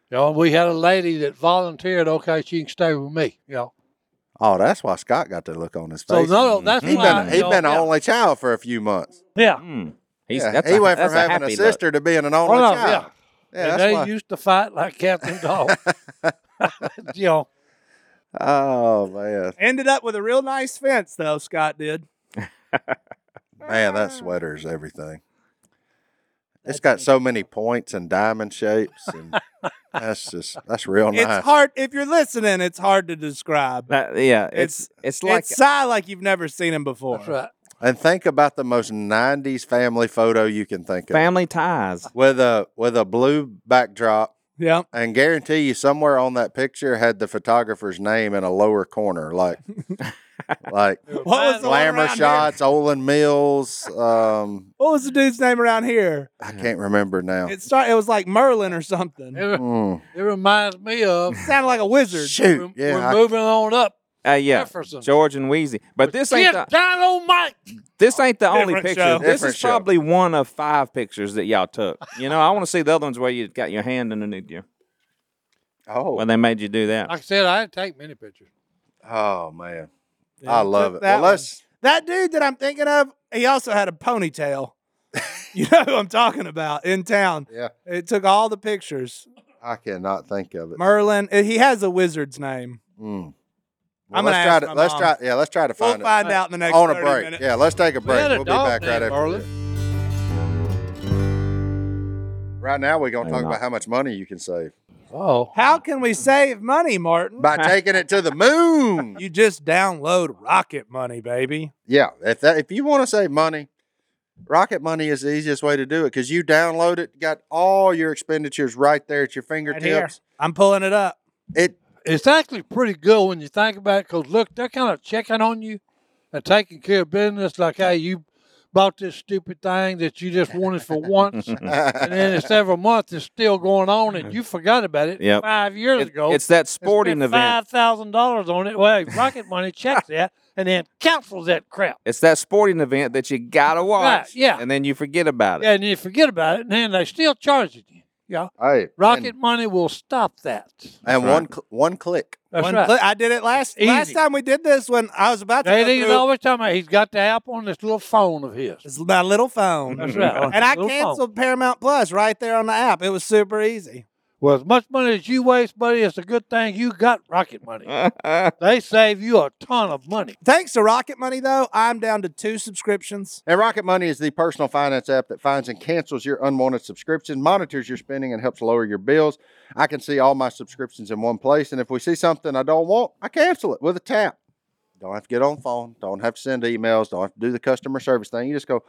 Speaker 2: You know, and we had a lady that volunteered, okay, she can stay with me, you know.
Speaker 1: Oh, that's why Scott got that look on his
Speaker 2: So,
Speaker 1: face.
Speaker 2: no, no, that's
Speaker 1: he
Speaker 2: why.
Speaker 1: been he
Speaker 2: you know,
Speaker 1: been an
Speaker 2: yeah,
Speaker 1: only child for a few months.
Speaker 2: Yeah.
Speaker 4: Mm. He's,
Speaker 1: yeah,
Speaker 4: that's
Speaker 1: he
Speaker 4: a,
Speaker 1: went from
Speaker 4: that's a
Speaker 1: having a
Speaker 4: happy look.
Speaker 1: sister to being an only
Speaker 2: Oh, no, yeah.
Speaker 1: child. Yeah,
Speaker 2: and
Speaker 1: that's
Speaker 2: they
Speaker 1: why.
Speaker 2: used to fight like
Speaker 1: [LAUGHS]
Speaker 2: cats and dogs. [LAUGHS] you know,
Speaker 1: oh man,
Speaker 3: Ended up with a real nice fence, though. Scott did.
Speaker 1: man, that sweater is everything.
Speaker 3: Ah. That's
Speaker 1: It's got so many points and diamond shapes, and that's just that's real Oh, nice.
Speaker 3: [LAUGHS] It's hard if you're listening. It's hard to describe.
Speaker 4: That- yeah,
Speaker 3: It's-
Speaker 4: it's it's like
Speaker 3: it's sigh like you've never seen him before.
Speaker 2: that's right.
Speaker 1: And think about the most '90s family photo you can think of,
Speaker 4: family ties. Uh,
Speaker 1: with a with a blue backdrop
Speaker 3: Yeah.
Speaker 1: and guarantee you somewhere on that picture had the photographer's name in a lower corner, [LAUGHS] like like
Speaker 3: What was the one
Speaker 1: glamour
Speaker 3: around here?
Speaker 1: shots, Olin [LAUGHS] Mills. Um,
Speaker 3: What was the dude's name around here?
Speaker 1: I can't remember now.
Speaker 3: It started. It was like Merlin or something.
Speaker 2: It,
Speaker 3: It
Speaker 2: re-
Speaker 1: Mm.
Speaker 2: it reminds me of.
Speaker 3: sounded like a wizard.
Speaker 1: Shoot,
Speaker 2: We're,
Speaker 1: yeah,
Speaker 2: we're
Speaker 1: I-
Speaker 2: moving on up.
Speaker 4: Uh, yeah,
Speaker 2: Jefferson.
Speaker 4: George and Wheezy. But this
Speaker 2: Get
Speaker 4: ain't the,
Speaker 2: down on Mike.
Speaker 4: this ain't the only
Speaker 3: Different
Speaker 4: picture.
Speaker 3: show.
Speaker 4: This
Speaker 1: Different
Speaker 4: is
Speaker 1: show.
Speaker 4: probably one of five pictures that y'all took. You know, I want to see the other ones where you got your hand underneath you.
Speaker 1: oh,
Speaker 4: Well, they made you do that.
Speaker 2: Like I said, I didn't take many pictures.
Speaker 1: oh man,
Speaker 3: Yeah,
Speaker 1: I
Speaker 3: took
Speaker 1: love it.
Speaker 3: That,
Speaker 1: Well,
Speaker 3: one.
Speaker 1: let's.
Speaker 3: that dude that I'm thinking of, he also had
Speaker 1: [LAUGHS]
Speaker 3: a ponytail. you know who I'm talking about in town.
Speaker 1: Yeah,
Speaker 3: It took all the pictures.
Speaker 1: I cannot think of it.
Speaker 3: Merlin, eh, he has a wizard's name.
Speaker 1: Mm.
Speaker 3: I'm
Speaker 1: let's
Speaker 3: gonna
Speaker 1: try
Speaker 3: ask
Speaker 1: to
Speaker 3: my
Speaker 1: let's
Speaker 3: mom.
Speaker 1: try. Yeah, let's try to
Speaker 3: We'll
Speaker 1: find it
Speaker 3: find out in the next
Speaker 1: on a
Speaker 3: 30
Speaker 1: break.
Speaker 3: minutes.
Speaker 1: Yeah, let's take a
Speaker 2: We
Speaker 1: break.
Speaker 2: had a
Speaker 1: We'll be
Speaker 2: dog
Speaker 1: back right
Speaker 2: named
Speaker 1: after.
Speaker 2: Merlin.
Speaker 1: this. Right now, we're gonna
Speaker 4: No,
Speaker 1: talk
Speaker 4: not.
Speaker 1: about how much money you can save
Speaker 2: Oh.
Speaker 3: How can we save money, Martin?
Speaker 1: by taking it to the moon.
Speaker 3: [LAUGHS] You just download Rocket Money, baby.
Speaker 1: Yeah, if that if you want to save money, Rocket Money is the easiest way to do it because you download it, got all your expenditures right there at your fingertips.
Speaker 3: I'm pulling it up.
Speaker 1: it [LAUGHS]
Speaker 2: It's actually pretty good when you think about it because, look, they're kind of checking on you and taking care of business like, hey, you bought this stupid thing that you just wanted for once. and then it's every month, it's still going on, and you forgot about it
Speaker 4: Yep.
Speaker 2: five years
Speaker 4: It-
Speaker 2: ago.
Speaker 4: it's that sporting event.
Speaker 2: Five thousand dollars on it. Well, Rocket Money checks that and then cancels that crap.
Speaker 4: It's that sporting event that you gotta watch.
Speaker 2: yeah.
Speaker 4: And then you forget about it.
Speaker 2: Yeah, and you forget about it, and then they still charge it. you. Yeah,
Speaker 1: hey
Speaker 2: Rocket
Speaker 1: and,
Speaker 2: Money will stop that.
Speaker 1: and
Speaker 4: That's
Speaker 1: one cl- one click.
Speaker 2: That's
Speaker 3: One
Speaker 2: right.
Speaker 3: click- I did it last
Speaker 2: It's
Speaker 3: last
Speaker 2: easy.
Speaker 3: time we did this when I was about to go
Speaker 2: [LAUGHS] They he's
Speaker 3: through
Speaker 2: always talking about he's got the app on this little phone of his.
Speaker 3: It's my little phone.
Speaker 2: That's right. on
Speaker 3: [LAUGHS] And I
Speaker 2: his little phone.
Speaker 3: canceled Paramount Plus right there on the app. It was super easy.
Speaker 2: Well, as much money as you waste, buddy, it's a good thing you got Rocket Money.
Speaker 4: [LAUGHS]
Speaker 2: They save you a ton of money.
Speaker 3: Thanks to Rocket Money, though, I'm down to two subscriptions.
Speaker 1: And Rocket Money is the personal finance app that finds and cancels your unwanted subscriptions, monitors your spending, and helps lower your bills. I can see all my subscriptions in one place, and if we see something I don't want, I cancel it with a tap. Don't have to get on the phone. Don't have to send emails. Don't have to do the customer service thing. You just go,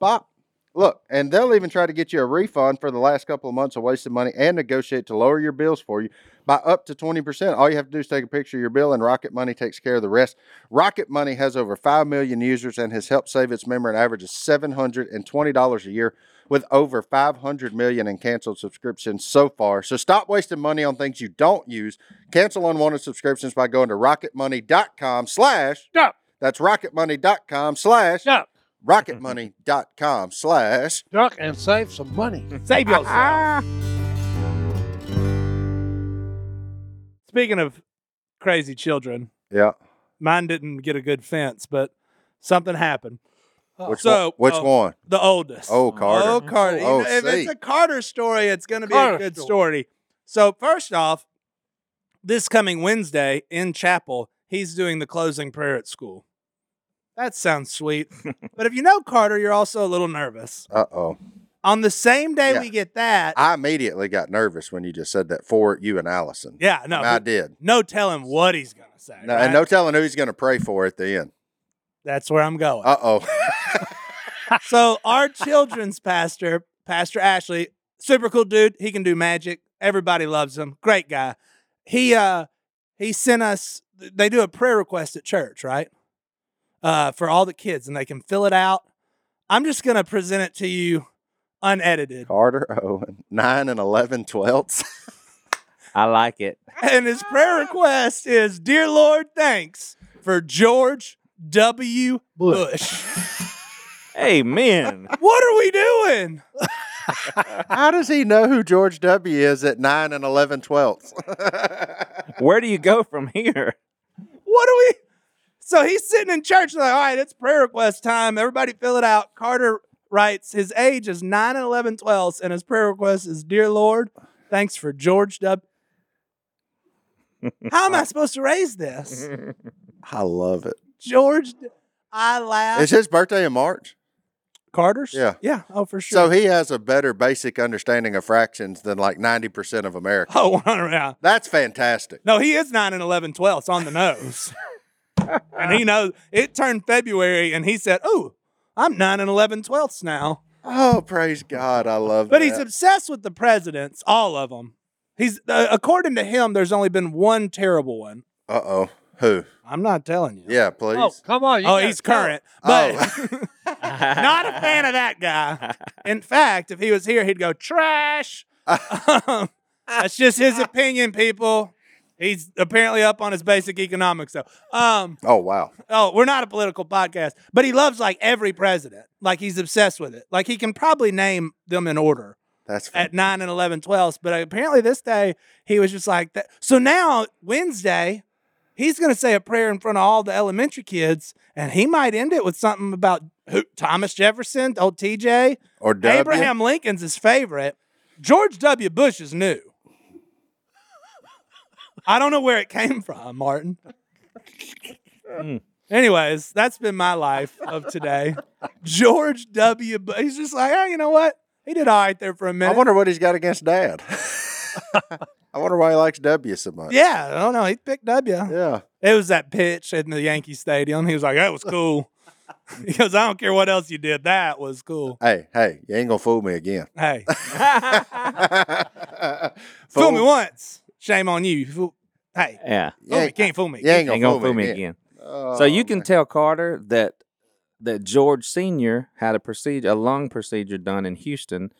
Speaker 1: bop. Look, and they'll even try to get you a refund for the last couple of months of wasted money and negotiate to lower your bills for you by up to 20%. All you have to do is take a picture of your bill, and Rocket Money takes care of the rest. Rocket Money has over 5 million users and has helped save its member an average of $720 a year with over 500 million in canceled subscriptions so far. So stop wasting money on things you don't use. Cancel unwanted subscriptions by going to rocketmoney.com slash.
Speaker 2: Stop.
Speaker 1: That's rocketmoney.com slash.
Speaker 2: Stop.
Speaker 1: Mm-hmm. rocketmoney.com slash.
Speaker 2: Duck and save some money.
Speaker 3: Save yourself. Speaking of crazy children,
Speaker 1: Yeah.
Speaker 3: mine didn't get a good fence, but something happened.
Speaker 2: [LAUGHS]
Speaker 1: Which
Speaker 3: So,
Speaker 1: one? Which
Speaker 3: uh,
Speaker 1: one?
Speaker 3: The oldest.
Speaker 1: Oh, Carter.
Speaker 3: Oh, Carter. You
Speaker 1: Oh,
Speaker 3: know, if
Speaker 1: see.
Speaker 3: it's a Carter story, it's going to be a
Speaker 2: Carter
Speaker 3: good
Speaker 2: story.
Speaker 3: story. So, first off, this coming Wednesday in chapel, he's doing the closing prayer at school. That
Speaker 1: [LAUGHS]
Speaker 3: sounds sweet. but if you know Carter, you're also a little nervous.
Speaker 1: Uh oh.
Speaker 3: On the same day
Speaker 1: Yeah.
Speaker 3: we get that,
Speaker 1: I immediately got nervous when you just said that for you and Allison.
Speaker 3: yeah, no,
Speaker 1: And I did.
Speaker 3: no telling what he's going to say.
Speaker 1: No,
Speaker 3: right?
Speaker 1: And no telling who he's going to pray for at the end.
Speaker 3: That's where I'm going.
Speaker 1: Uh [LAUGHS] oh.
Speaker 3: so our children's pastor, Pastor Ashley, super cool dude. He can do magic. Everybody loves him. Great guy. He uh he sent us they do a prayer request at church, right? Uh for all the kids and they can fill it out. I'm just going to present it to you unedited.
Speaker 1: Carter Owen, nine and 11 twelfths.
Speaker 4: I like it.
Speaker 3: And his prayer request is, "Dear Lord, thanks for George W. Bush."
Speaker 4: Amen.
Speaker 3: what are we doing?
Speaker 1: [LAUGHS] How does he know who George W. is at nine and 11 twelfths?
Speaker 4: Where do you go from here?
Speaker 3: what do we? So he's sitting in church, like, all right, it's prayer request time. Everybody fill it out. Carter writes, his age is 9 and 11 twelfths, and his prayer request is, Dear Lord, thanks for George W. How am I supposed to
Speaker 1: [LAUGHS]
Speaker 3: raise this?
Speaker 1: I love it.
Speaker 3: George, D- I laugh.
Speaker 1: It's his birthday in March.
Speaker 3: Carter's?
Speaker 1: Yeah.
Speaker 3: Yeah. Oh, for sure.
Speaker 1: So he has a better basic understanding of fractions than like 90% of America.
Speaker 3: [LAUGHS] oh, [LAUGHS] 100 yeah.
Speaker 1: That's fantastic.
Speaker 3: No, he is 9 and 11 twelfths on the nose. and he knows it turned February, and he said, Oh, I'm 9 and 11 twelfths now.
Speaker 1: Oh, praise God. I love
Speaker 3: But
Speaker 1: that.
Speaker 3: he's obsessed with the presidents, all of them. He's uh, according to him, there's only been one terrible one.
Speaker 1: Uh oh. Who?
Speaker 3: I'm not telling you.
Speaker 1: Yeah, please.
Speaker 2: Oh, come on. you
Speaker 3: oh,
Speaker 2: gotta
Speaker 3: he's
Speaker 2: tell- Oh.
Speaker 3: current, but [LAUGHS] [LAUGHS] not a fan of that guy. In fact, if he was here, he'd
Speaker 2: [LAUGHS]
Speaker 3: go trash. Um, that's just his opinion, people. He's apparently up on his basic economics, though. Um,
Speaker 1: Oh wow.
Speaker 3: Oh, we're not a political podcast, but he loves like every president. Like he's obsessed with it. Like he can probably name them in order
Speaker 1: That's fun.
Speaker 3: at 9 and 11 12 but apparently this day he was just like that so now wednesday he's going to say a prayer in front of all the elementary kids and he might end it with something about who, thomas jefferson old tj
Speaker 1: or W.
Speaker 3: abraham lincoln's his favorite george w bush is new i don't know where it came from martin anyways that's been my life of today george w bush he's just like hey you know what he did all right there for a
Speaker 1: I
Speaker 3: minute
Speaker 1: wonder what he's got against
Speaker 3: [LAUGHS]
Speaker 1: Dad. I wonder why he likes W so much.
Speaker 3: Yeah, I don't know. He picked W.
Speaker 1: Yeah.
Speaker 3: It was that pitch in the Yankee Stadium. He was like, "That was cool." he goes, "I don't care what else you did. That was cool."
Speaker 1: Hey, hey, you ain't gonna fool me
Speaker 3: [LAUGHS]
Speaker 1: again. [LAUGHS]
Speaker 3: Hey, Oh, fool
Speaker 1: Fool-
Speaker 3: me once, shame on you. you fool- hey,
Speaker 4: [LAUGHS] yeah.
Speaker 1: You
Speaker 3: fool me,
Speaker 1: ain't,
Speaker 3: can't fool me.
Speaker 1: you ain't
Speaker 4: Ain't
Speaker 1: gonna,
Speaker 4: gonna fool me again. Oh, So you can tell Carter that that George Senior had a procedure, a lung procedure done in Houston,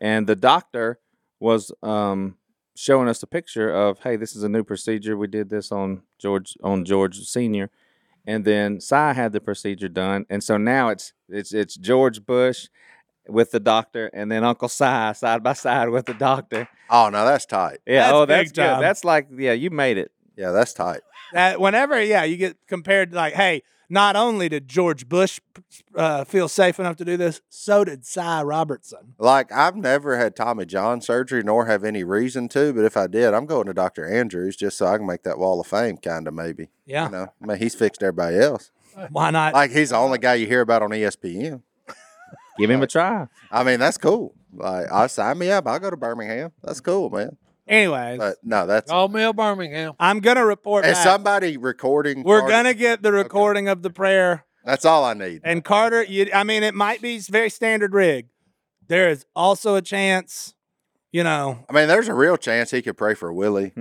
Speaker 4: and the doctor was um, showing us a picture of, hey, this is a new procedure. We did this on George on George Senior, and then Cy had the procedure done, and so now it's it's it's George Bush with the doctor, and then Uncle Cy side by side with the doctor.
Speaker 1: Oh no, that's tight.
Speaker 4: Yeah,
Speaker 3: That's
Speaker 4: oh,
Speaker 3: big
Speaker 4: that's
Speaker 3: time.
Speaker 4: good. That's like, yeah, you made it.
Speaker 1: Yeah, that's tight.
Speaker 3: That whenever, yeah, you get compared to like, hey, not only did George Bush uh, feel safe enough to do this, so did Cy Robertson.
Speaker 1: Like I've never had Tommy John surgery, nor have any reason to. But if I did, I'm going to Doctor Andrews just so I can make that Wall of Fame, kind of maybe.
Speaker 3: Yeah,
Speaker 1: You know, I mean, he's fixed everybody else.
Speaker 3: why not?
Speaker 1: Like he's the only guy you hear about on E ESPN.
Speaker 4: Give him a try. [LAUGHS]
Speaker 1: I mean, that's cool. Like I sign me up. I'll go to Birmingham. That's cool, man.
Speaker 3: Anyways,
Speaker 1: But no, that's
Speaker 2: Call me a Birmingham.
Speaker 3: [LAUGHS]
Speaker 2: [LAUGHS]
Speaker 3: I'm gonna report.
Speaker 1: is
Speaker 3: back.
Speaker 1: somebody recording.
Speaker 3: We're
Speaker 1: Cardi-
Speaker 3: gonna get the recording of the prayer
Speaker 1: That's all I need.
Speaker 3: And Carter, you, I mean, it might be very standard rig. There is also a chance, you know.
Speaker 1: I mean, there's a real chance he could pray for Willie.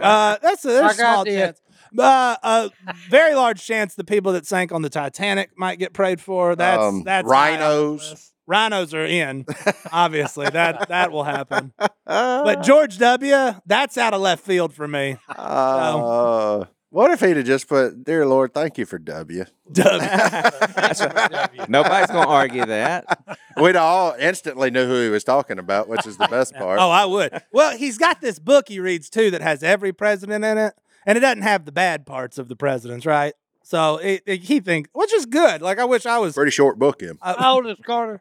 Speaker 3: Uh, that's a,
Speaker 2: I
Speaker 3: there's a
Speaker 2: got
Speaker 3: small
Speaker 2: the-
Speaker 3: chance. Uh, a very large chance the people that sank on the Titanic might get prayed for. That's
Speaker 1: Um,
Speaker 3: that's high on the
Speaker 1: rhinos.
Speaker 3: list. Rhinos are in, obviously. That that
Speaker 2: [LAUGHS]
Speaker 3: will happen. But George W. That's out of left field for me. [LAUGHS]
Speaker 1: Uh, what if he'd have just put, "Dear Lord, thank you for
Speaker 3: [LAUGHS]
Speaker 1: W."
Speaker 4: Nobody's gonna argue
Speaker 3: [LAUGHS]
Speaker 4: that.
Speaker 1: We'd all instantly knew who he was talking about, which is the
Speaker 3: [LAUGHS]
Speaker 1: best part.
Speaker 3: Oh, I would. Well, he's got this book he reads too that has every president in it, and it doesn't have the bad parts of the presidents, right? So it, it- he thinks, which is good. Like I wish I was
Speaker 1: Pretty short book him.
Speaker 2: How old is Carter?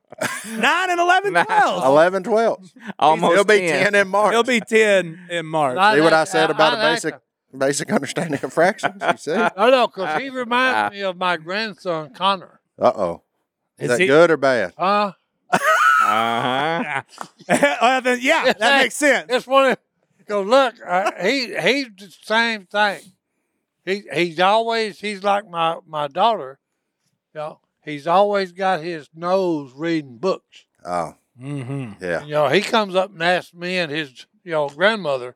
Speaker 3: nine and 11, 12.
Speaker 1: 11,
Speaker 3: [LAUGHS]
Speaker 1: 12.
Speaker 4: Almost
Speaker 1: He'll be
Speaker 4: 10.
Speaker 1: 10 in March.
Speaker 3: Oh. He'll be ten in March. [LAUGHS]
Speaker 2: Not
Speaker 1: see what I
Speaker 2: that-
Speaker 1: said about
Speaker 2: not
Speaker 1: a basic
Speaker 2: that-
Speaker 1: basic understanding of fractions? You
Speaker 3: [LAUGHS]
Speaker 1: see? Uh
Speaker 2: I know, because he reminds me of my grandson, Connor.
Speaker 1: oh. Is,
Speaker 3: Is
Speaker 1: that
Speaker 3: he-
Speaker 1: good or bad?
Speaker 2: Huh?
Speaker 4: Uh-huh. [LAUGHS]
Speaker 3: Uh, then, yeah, that makes sense.
Speaker 2: It's one of go look. Uh, he he's the same thing. He he's always he's like my my daughter. You know, he's always got his nose reading books.
Speaker 1: Oh,
Speaker 3: Mm-hmm.
Speaker 1: yeah.
Speaker 2: You know, he comes up and asks me and his you know grandmother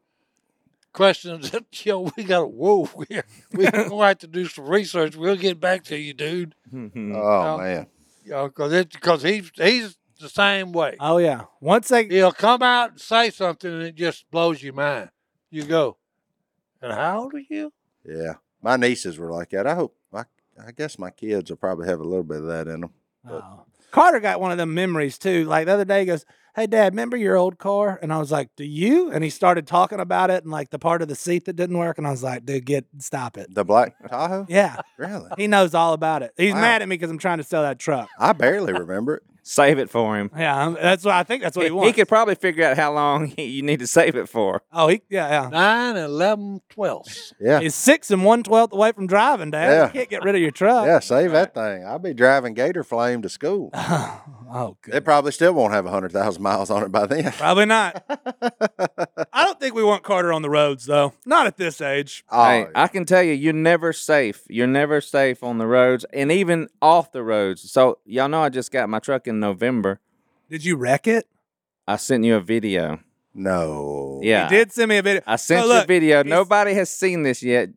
Speaker 2: questions [LAUGHS] that you know we got to whoa [LAUGHS] we we gonna have to do some research. We'll get back to you, dude.
Speaker 4: Mm,
Speaker 1: Oh, man.
Speaker 2: You know, because it because he's he's the same way.
Speaker 3: Oh yeah. Once they,
Speaker 2: He'll come out and say something and it just blows your mind. You go, and how old are you?
Speaker 1: Yeah. My nieces were like that. I hope, I, I guess my kids will probably have a little bit of that in them.
Speaker 3: Oh. Carter got one of them memories too. Like the other day, he goes, "Hey Dad, remember your old car?" And I was like, "Do you?" And he started talking about it and like the part of the seat that didn't work. And I was like, "Dude, get stop it."
Speaker 1: The
Speaker 4: [LAUGHS]
Speaker 1: black Tahoe?
Speaker 3: Yeah.
Speaker 1: Really?
Speaker 3: He knows all about it. He's
Speaker 1: Wow.
Speaker 3: mad at me because I'm trying to sell that truck.
Speaker 1: I barely remember it.
Speaker 4: Save it for him.
Speaker 3: Yeah, I'm- that's what I think. That's what he,
Speaker 4: He, he
Speaker 3: wants.
Speaker 4: could probably figure out how long [LAUGHS] he- you need to save it for.
Speaker 3: Oh, he yeah yeah.
Speaker 2: Nine, eleven, twelve.
Speaker 1: Yeah.
Speaker 3: He's six and one twelfth away from driving, Dad.
Speaker 1: Yeah.
Speaker 3: You can't get rid of your truck.
Speaker 1: Yeah, save that thing. I'll be driving Gator Flame to school.
Speaker 3: [SIGHS] oh,
Speaker 1: They
Speaker 3: good.
Speaker 1: probably still won't have 100,000 miles on it by then.
Speaker 3: Probably not. I don't think we want Carter on the roads though. Not at this age.
Speaker 1: Oh,
Speaker 4: Hey, [LAUGHS] I can tell you, you're never safe. You're never safe on the roads and even off the roads. So, y'all know I just got my truck in November.
Speaker 3: Did you wreck it?
Speaker 4: I sent you a video.
Speaker 1: No.
Speaker 4: Yeah.
Speaker 3: He did send me a video.
Speaker 4: I sent
Speaker 3: So
Speaker 4: you a
Speaker 3: look,
Speaker 4: video.
Speaker 3: he's-
Speaker 4: Nobody has seen this yet.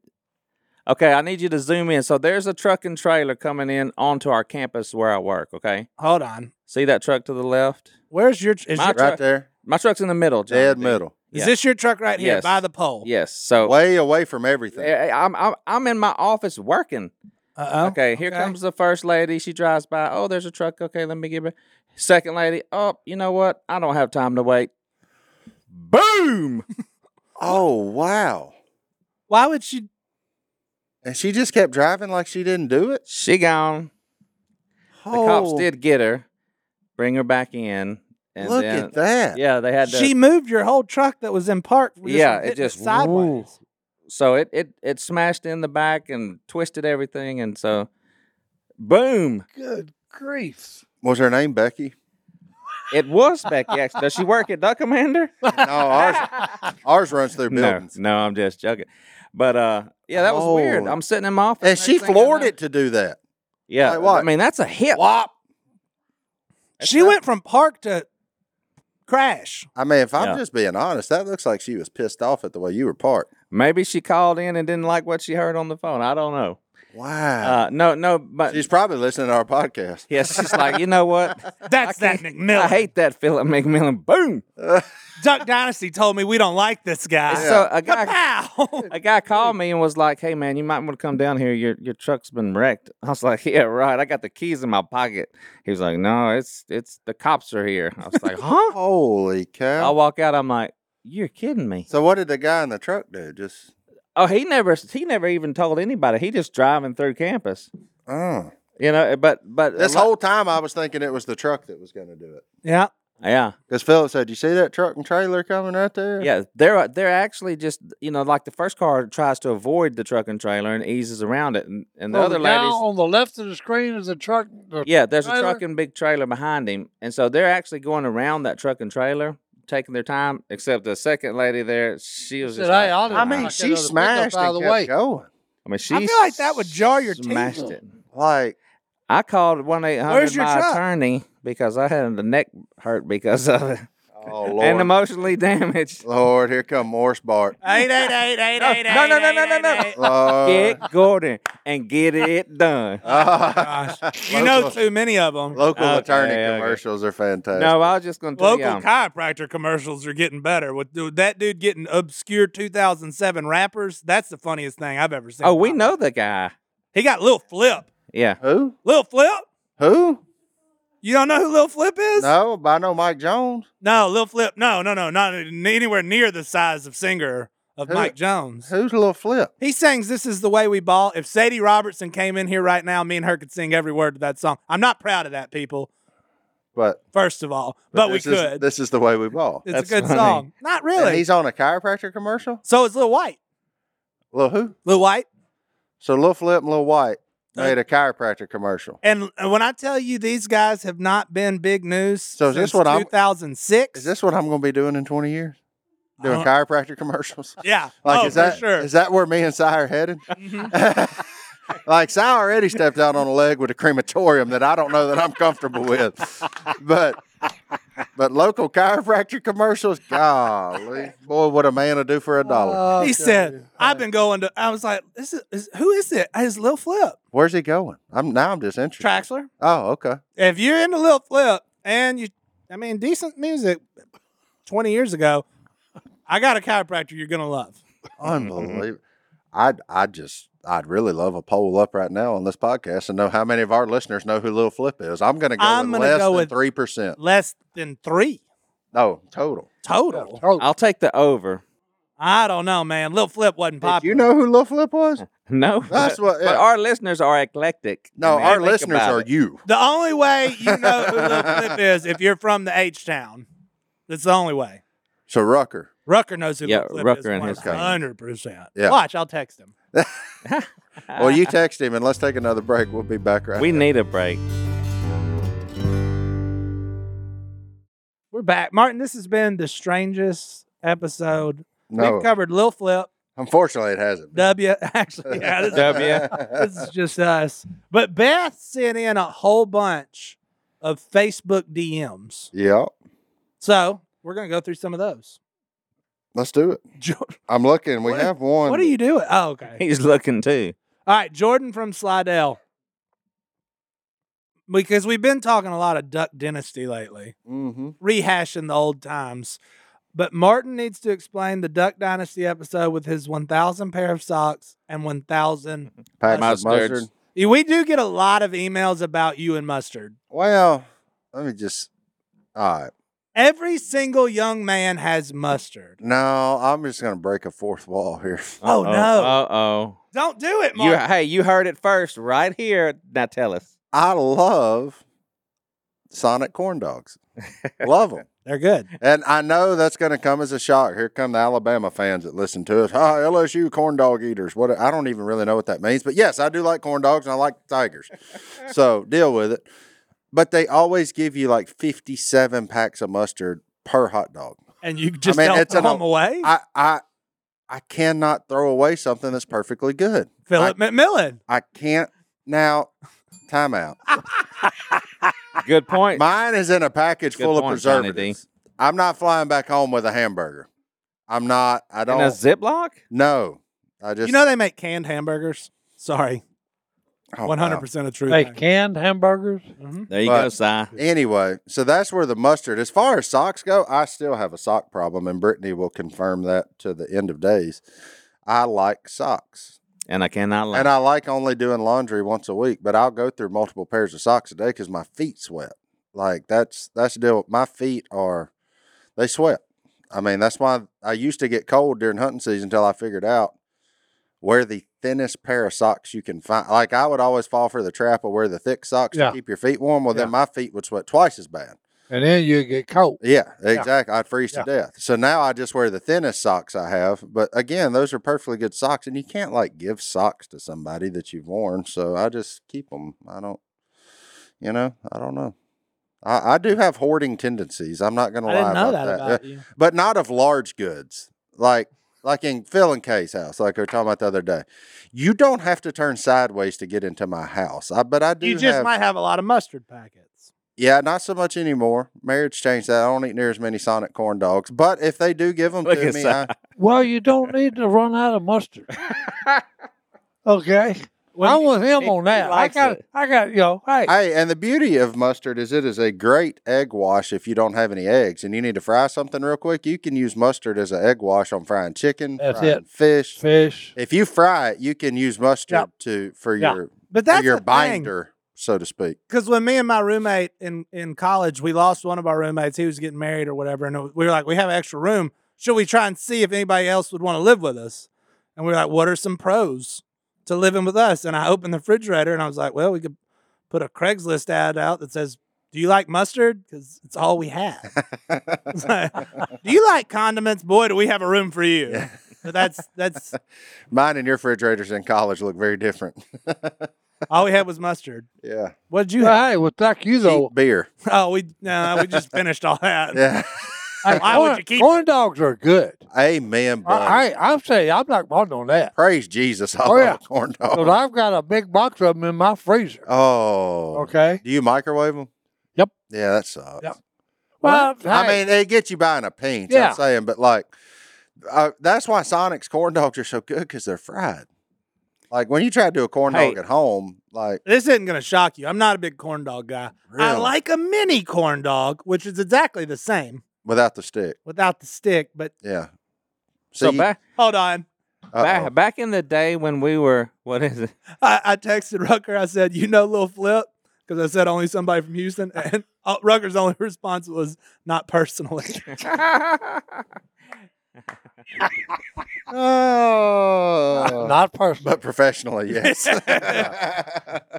Speaker 4: Okay, I need you to zoom in. So there's a truck and trailer coming in onto our campus where I work. Okay,
Speaker 3: Hold on.
Speaker 4: see that truck to the left?
Speaker 3: Where's your? Is,
Speaker 4: My
Speaker 3: your,
Speaker 1: Right there,
Speaker 4: My truck's in the middle. Johnny
Speaker 1: dead
Speaker 4: B.
Speaker 1: middle,
Speaker 3: is
Speaker 4: yeah.
Speaker 3: this your truck right here
Speaker 4: Yes.
Speaker 3: by the pole?
Speaker 4: Yes. So
Speaker 1: way away from everything.
Speaker 4: I- I'm I'm I'm in my office working.
Speaker 3: Uh oh.
Speaker 4: Okay, here
Speaker 3: okay.
Speaker 4: comes the first lady. She drives by. Oh, there's a truck. Okay, let me give her. Second lady. Oh, you know what? I don't have time to wait. Boom!
Speaker 1: Oh wow!
Speaker 3: Why would she?
Speaker 1: And she just kept driving like she didn't do it.
Speaker 4: She gone. The cops
Speaker 1: Oh.
Speaker 4: did get her, bring her back in, and
Speaker 1: Look
Speaker 4: then
Speaker 1: at that.
Speaker 4: yeah, they had to.
Speaker 3: She moved your whole truck that was in park. just
Speaker 4: Yeah, it
Speaker 3: hitting
Speaker 4: just-
Speaker 3: sideways.
Speaker 4: so it it it smashed in the back and twisted everything, and so boom!
Speaker 2: Good grief.
Speaker 1: Was her name Becky?
Speaker 4: It was Becky. Actually, does she work at Duck Commander?
Speaker 1: No,
Speaker 4: [LAUGHS]
Speaker 1: ours ours runs through
Speaker 4: No,
Speaker 1: buildings.
Speaker 4: no, I'm just joking. But uh, yeah, that was weird.
Speaker 1: Oh.
Speaker 4: I'm sitting in my office,
Speaker 1: And she
Speaker 4: next thing I
Speaker 1: floored
Speaker 4: know-
Speaker 1: it to do that.
Speaker 4: Yeah,
Speaker 1: Like what?
Speaker 4: I mean that's a hit.
Speaker 1: Wop.
Speaker 4: That's
Speaker 3: she
Speaker 4: not-
Speaker 3: went from park to
Speaker 4: [LAUGHS]
Speaker 3: crash.
Speaker 1: I mean, if I'm
Speaker 4: Yeah.
Speaker 1: just being honest, that looks like she was pissed off at the way you were parked.
Speaker 4: Maybe she called in and didn't like what she heard on the phone. I don't know.
Speaker 1: Wow.
Speaker 4: Uh, no, no,
Speaker 1: Ah.
Speaker 4: but
Speaker 1: She's probably listening to our
Speaker 4: [LAUGHS]
Speaker 1: podcast.
Speaker 4: yeah, she's like, you know what?
Speaker 1: [LAUGHS]
Speaker 3: That's that McMillan.
Speaker 4: I hate that Philip McMillan. Boom.
Speaker 3: Duck Dynasty told me we don't like this guy.
Speaker 4: So
Speaker 3: [LAUGHS]
Speaker 4: a guy,
Speaker 3: Pow!
Speaker 4: a guy called me and was like, "Hey man, you might want to come down here. Your your truck's been wrecked." [LAUGHS] I was like, "Yeah, right. I got the keys in my pocket." He was like, "No, it's it's the cops are here." I was like, "Huh?"
Speaker 1: Holy
Speaker 4: I
Speaker 1: cow!
Speaker 4: walk out. I'm like, "You're kidding me."
Speaker 1: so what did the guy in the truck do? Just
Speaker 4: Oh, he never he never even told anybody. He just driving through campus.
Speaker 1: oh.
Speaker 4: You know, eh, but but a
Speaker 1: This
Speaker 4: lot-
Speaker 1: whole time I was thinking it was the truck that was going to do it.
Speaker 3: yeah.
Speaker 4: [LAUGHS] yeah.
Speaker 1: Because Philip said, "You see that truck and trailer coming right there?"
Speaker 4: Yeah, they're they're actually just you know like the first car tries to avoid the truck and trailer and eases around it, and, and the
Speaker 2: Well,
Speaker 4: other
Speaker 2: guy
Speaker 4: ladies.
Speaker 2: on the left of the screen is a truck. the-
Speaker 4: Yeah, there's a
Speaker 2: trailer.
Speaker 4: truck and big trailer behind him, and so they're actually going around that truck and trailer, taking their time. Except the second lady there, she was
Speaker 2: Said,
Speaker 4: just.
Speaker 2: "Hey,
Speaker 4: like,
Speaker 2: I'll
Speaker 1: I
Speaker 2: just
Speaker 1: mean,
Speaker 2: knock
Speaker 1: she
Speaker 2: that other pickup
Speaker 1: smashed
Speaker 2: out
Speaker 1: and
Speaker 2: of the
Speaker 1: kept
Speaker 2: way.
Speaker 1: going.
Speaker 4: I mean, she.
Speaker 3: I feel like that would jar your teeth.
Speaker 4: smashed it.
Speaker 1: Like,
Speaker 4: I called one eight hundred
Speaker 3: Where's your
Speaker 4: my
Speaker 3: truck?
Speaker 4: attorney because I had the neck hurt because of it
Speaker 1: oh [LAUGHS]
Speaker 4: and
Speaker 1: Lord,
Speaker 4: emotionally damaged.
Speaker 1: Lord, here come Morse
Speaker 4: [LAUGHS]
Speaker 1: Bart.
Speaker 3: Eight, eight, eight, eight,
Speaker 4: No,
Speaker 3: eight,
Speaker 4: no,
Speaker 3: eight,
Speaker 4: no, no,
Speaker 3: eight,
Speaker 4: no, no,
Speaker 3: eight,
Speaker 4: no.
Speaker 1: [LAUGHS]
Speaker 3: eight.
Speaker 1: Lord.
Speaker 4: Get Gordon and get it done.
Speaker 1: [LAUGHS]
Speaker 3: Gosh, [LAUGHS] you know too many of them.
Speaker 1: Local
Speaker 4: Oh, Okay,
Speaker 1: attorney
Speaker 4: okay.
Speaker 1: commercials are fantastic.
Speaker 4: No, I was just gonna tell
Speaker 3: Local
Speaker 4: you. um,
Speaker 3: chiropractor commercials are getting better. With dude, that dude getting obscure 2007 rappers, that's the funniest thing I've ever seen.
Speaker 4: Oh, we know the guy.
Speaker 3: He got Lil Flip.
Speaker 4: Yeah.
Speaker 1: Who?
Speaker 3: Lil Flip?
Speaker 1: Who?
Speaker 3: You don't know who Lil Flip is?
Speaker 1: No, but I know Mike Jones.
Speaker 3: No, Lil Flip. No, no, no, not anywhere near the size of singer of
Speaker 1: Who-
Speaker 3: Mike Jones.
Speaker 1: Who's little flip?
Speaker 3: He sings "This Is the Way We Ball." If Sadie Robertson came in here right now, me and her could sing every word of that song. I'm not proud of that, people.
Speaker 1: But
Speaker 3: First of all, but, we
Speaker 1: this is-
Speaker 3: could.
Speaker 1: this is the way we ball.
Speaker 3: it's a
Speaker 4: That's
Speaker 3: good
Speaker 4: funny.
Speaker 3: song. Not
Speaker 1: And
Speaker 3: really.
Speaker 1: he's on a chiropractor commercial.
Speaker 3: So is Lil White.
Speaker 1: Lil who?
Speaker 3: Lil White.
Speaker 1: So Lil Flip and Lil White
Speaker 3: Uh,
Speaker 1: made a chiropractor commercial.
Speaker 3: And and when I tell you these guys have not been big news
Speaker 1: So is this
Speaker 3: since
Speaker 1: what I'm-
Speaker 3: 2006.
Speaker 1: Is this what I'm going to be doing in 20 years? Doing
Speaker 3: Uh,
Speaker 1: chiropractor commercials?
Speaker 3: Yeah.
Speaker 1: [LAUGHS] Like,
Speaker 3: [LAUGHS] oh,
Speaker 1: is that
Speaker 3: for sure. Mm-hmm.
Speaker 1: is that where me and Si are headed? [LAUGHS] like, Si already stepped out on a leg with a crematorium that I don't know that I'm comfortable with. But but local chiropractor commercials, golly, boy, what a man will do for a dollar.
Speaker 2: Oh,
Speaker 3: he
Speaker 2: okay.
Speaker 3: said,
Speaker 2: [LAUGHS]
Speaker 3: "I've been going to." I was like, "This is, is who is it? It's Lil Flip
Speaker 1: Where's he going? I'm now I'm just interested.
Speaker 3: Traxler."
Speaker 1: Oh, okay.
Speaker 3: If you're into Lil Flip and you, I mean, decent music, twenty years ago, I got a chiropractor you're gonna love.
Speaker 1: Unbelievable. I'd I just I'd really love a poll up right now on this podcast and know how many of our listeners know who Lil Flip is. I'm gonna go
Speaker 3: I'm
Speaker 1: with
Speaker 3: gonna
Speaker 1: less
Speaker 3: go
Speaker 1: than
Speaker 3: with-
Speaker 1: three percent.
Speaker 3: Less than three
Speaker 1: No, total.
Speaker 3: total.
Speaker 2: Oh,
Speaker 4: I'll take the over. [LAUGHS]
Speaker 3: I don't know, man. Lil Flip wasn't
Speaker 1: Did
Speaker 3: popular.
Speaker 1: you know who Lil Flip was?
Speaker 4: No.
Speaker 1: That's
Speaker 4: but-
Speaker 1: what-
Speaker 4: But
Speaker 1: yeah.
Speaker 4: our listeners are eclectic. I
Speaker 1: No,
Speaker 4: mean,
Speaker 1: our
Speaker 4: think
Speaker 1: listeners
Speaker 4: about
Speaker 1: are
Speaker 4: it.
Speaker 1: you.
Speaker 3: the only way you know who Lil Flip is if you're from the H town. That's the only way.
Speaker 1: So Rucker.
Speaker 3: Rucker knows who
Speaker 4: Yeah,
Speaker 3: Lil Flip
Speaker 4: Rucker
Speaker 3: is.
Speaker 4: and his family.
Speaker 3: hundred percent.
Speaker 1: Yeah.
Speaker 3: Watch, I'll text him.
Speaker 1: Well,
Speaker 3: [LAUGHS]
Speaker 1: you text him and let's take another break. We'll be back right.
Speaker 4: Ah. We need a break. [LAUGHS]
Speaker 3: We're back, Martin. This has been the strangest episode.
Speaker 1: no,
Speaker 3: We've covered Lil Flip,
Speaker 1: unfortunately, it hasn't. been.
Speaker 3: [LAUGHS] W. Actually,
Speaker 1: [LAUGHS]
Speaker 3: yeah,
Speaker 4: [LAUGHS]
Speaker 3: this,
Speaker 4: W.
Speaker 3: this is just us. But Beth sent in a whole bunch of Facebook DMs,
Speaker 1: yep.
Speaker 3: so we're gonna go through some of those.
Speaker 1: Let's do it.
Speaker 3: George,
Speaker 1: I'm looking. We
Speaker 3: What-
Speaker 1: have one.
Speaker 3: what are you doing? Oh, okay.
Speaker 4: He's looking too.
Speaker 3: All right, Jordan from Slidell. Because we've been talking a lot of Duck Dynasty lately,
Speaker 1: Mm-hmm.
Speaker 3: rehashing the old times. But Martin needs to explain the Duck Dynasty episode with his 1,000 pair of socks and 1,000.
Speaker 1: Pat
Speaker 4: Mustard.
Speaker 1: mustard.
Speaker 3: We do get a lot of emails about you and mustard.
Speaker 1: Well, let me just. All right.
Speaker 3: Every single young man has mustard.
Speaker 1: No, I'm just gonna break a fourth wall here. [LAUGHS]
Speaker 3: Oh, no.
Speaker 4: Uh oh.
Speaker 3: Don't do it,
Speaker 4: You
Speaker 3: Martin.
Speaker 4: hey, you heard it first right here. Now tell us.
Speaker 1: I love Sonic corn dogs. love them.
Speaker 3: They're good.
Speaker 1: And I know that's going to come as a shock. Here come the Alabama fans that listen to us. Ah, LSU corn dog eaters. What I don't even really know what that means, but yes, I do like corn dogs and I like tigers. so deal with it. But they always give you like fifty-seven packs of mustard per hot dog.
Speaker 3: And you just
Speaker 1: mean,
Speaker 3: don't
Speaker 1: it's
Speaker 3: throw
Speaker 1: an
Speaker 3: them
Speaker 1: al-
Speaker 3: away?
Speaker 1: I I I cannot throw away something that's perfectly good.
Speaker 3: Philip McMillan.
Speaker 1: I can't now. Timeout.
Speaker 4: Good point.
Speaker 1: Mine is in a package
Speaker 4: Good
Speaker 1: full of
Speaker 4: point, Johnny D.
Speaker 1: preservatives. I'm not flying back home with a hamburger. I'm not. I
Speaker 4: In
Speaker 1: don't.
Speaker 4: a Ziploc?
Speaker 1: No, I just
Speaker 3: You know they make canned hamburgers? Sorry.
Speaker 1: oh, wow.
Speaker 3: One hundred percent of truth. mm-hmm.
Speaker 2: Hey, canned hamburgers.
Speaker 4: There you
Speaker 1: But-
Speaker 4: go, Si.
Speaker 1: Anyway, so that's where the mustard. As far as socks go, I still have a sock problem, and Brittany will confirm that to the end of days. I like socks,
Speaker 4: And I cannot lie.
Speaker 1: and I like only doing laundry once a week, but I'll go through multiple pairs of socks a day because my feet sweat. Like that's that's the deal. My feet are they sweat. I mean, that's why I used to get cold during hunting season until I figured out wear the thinnest pair of socks you can find. Like I would always fall for the trap of wear the thick socks
Speaker 2: Yeah.
Speaker 1: to keep your feet warm. Well, then my feet would sweat twice as bad.
Speaker 2: And then you get cold.
Speaker 1: Yeah, exactly. I'd freeze
Speaker 2: Yeah.
Speaker 1: to death. So now I just wear the thinnest socks I have. But again, those are perfectly good socks, and you can't like give socks to somebody that you've worn. So I just keep them. I don't, you know, I don't know. I, I do have hoarding tendencies. I'm not going to
Speaker 3: I
Speaker 1: lie
Speaker 3: didn't know
Speaker 1: about
Speaker 3: that,
Speaker 1: that,
Speaker 3: about you.
Speaker 1: Uh, but not of large goods like. Like in Phil and Kay's house, like we were talking about the other day, you don't have to turn sideways to get into my house. I, but I do.
Speaker 3: You just
Speaker 1: have,
Speaker 3: might have a lot of mustard packets.
Speaker 1: yeah, not so much anymore. Marriage changed that. I don't eat near as many Sonic corn dogs, but if they do give them
Speaker 4: Look
Speaker 1: to
Speaker 4: at
Speaker 1: me,
Speaker 4: Si.
Speaker 1: I,
Speaker 2: Well, you don't need to run out of mustard. okay.
Speaker 3: Well,
Speaker 2: I'm with him
Speaker 4: he-
Speaker 2: on
Speaker 4: he
Speaker 2: that. I
Speaker 4: likes
Speaker 2: got,
Speaker 4: it.
Speaker 2: I got, you know, hey,
Speaker 1: hey, and the beauty of mustard is it is a great egg wash if you don't have any eggs and you need to fry something real quick. You can use mustard as an egg wash on frying chicken,
Speaker 2: That's
Speaker 1: frying
Speaker 2: it.
Speaker 1: fish.
Speaker 2: fish.
Speaker 1: If you fry it, you can use mustard
Speaker 2: Yep.
Speaker 1: to for
Speaker 2: Yeah.
Speaker 1: your
Speaker 3: But
Speaker 1: for
Speaker 3: that's
Speaker 1: your
Speaker 3: your
Speaker 1: binder, so to speak.
Speaker 3: Because when me and my roommate in, in college, we lost one of our roommates. He was getting married or whatever, and it was- we were like, we have extra room. Should we try and see if anybody else would want to live with us? And we were like, what are some pros to living with us? And I opened the refrigerator and I was like, well, we could put a Craigslist ad out that says, "Do you like mustard?" Because it's all we have. [LAUGHS] It's like, do you like condiments? Boy, do we have a room for you. But that's that's
Speaker 1: [LAUGHS] Mine and your refrigerators in college look very different. [LAUGHS]
Speaker 3: all we had was mustard.
Speaker 1: yeah,
Speaker 3: What would you have? [LAUGHS]
Speaker 2: Well, hey, well, like you though,
Speaker 1: cheap
Speaker 2: [LAUGHS]
Speaker 1: beer.
Speaker 3: Oh, we no, we just finished all that.
Speaker 1: Yeah,
Speaker 2: hey,
Speaker 3: Why would
Speaker 2: corn,
Speaker 3: you keep
Speaker 2: corn dogs are good.
Speaker 1: amen, buddy.
Speaker 2: I, I, I'm saying I'm not wanting on that
Speaker 1: Praise Jesus! [LAUGHS] I
Speaker 2: Oh,
Speaker 1: love
Speaker 2: yeah.
Speaker 1: a corn dog.
Speaker 2: because I've got a big box of them in my freezer.
Speaker 1: Oh.
Speaker 2: Okay.
Speaker 1: Do you microwave them?
Speaker 2: Yep.
Speaker 1: Yeah, that sucks.
Speaker 2: Yep. Well,
Speaker 1: I
Speaker 2: hey,
Speaker 1: mean, they get you buying a pinch.
Speaker 2: Yeah.
Speaker 1: I'm saying, but like, uh, that's why Sonic's corn dogs are so good because they're fried. Like when you try to do a corn
Speaker 4: Hey.
Speaker 1: dog at home, like
Speaker 3: This isn't going to shock you. I'm not a big corn dog guy. I
Speaker 1: Really?
Speaker 3: like a mini corn dog, which is exactly the same
Speaker 1: without the stick,
Speaker 3: without the stick. But
Speaker 1: yeah.
Speaker 4: so
Speaker 1: you-
Speaker 4: back,
Speaker 3: hold on.
Speaker 1: uh-oh.
Speaker 4: back back in the day when we were what is it?
Speaker 3: I, I texted Rucker. I said, You know, little flip, because I said only somebody from Houston. [LAUGHS] And uh, Rucker's only [LAUGHS] response was, Not personally. [LAUGHS]
Speaker 4: [LAUGHS]
Speaker 1: Oh.
Speaker 2: not personal.
Speaker 1: but professionally, yes.
Speaker 3: Uh,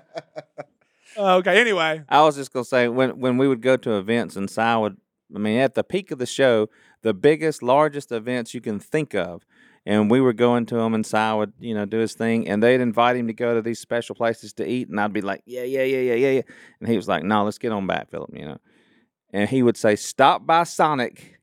Speaker 3: okay. Anyway,
Speaker 4: I was just gonna say when when we would go to events and Si would I mean at the peak of the show, the biggest, largest events you can think of. And we were going to them, and Si would, you know, do his thing, and they'd invite him to go to these special places to eat, and I'd be like, yeah, yeah, yeah, yeah, yeah, yeah, and he was like, no, let's get on back, Philip, you know, and he would say, stop by Sonic,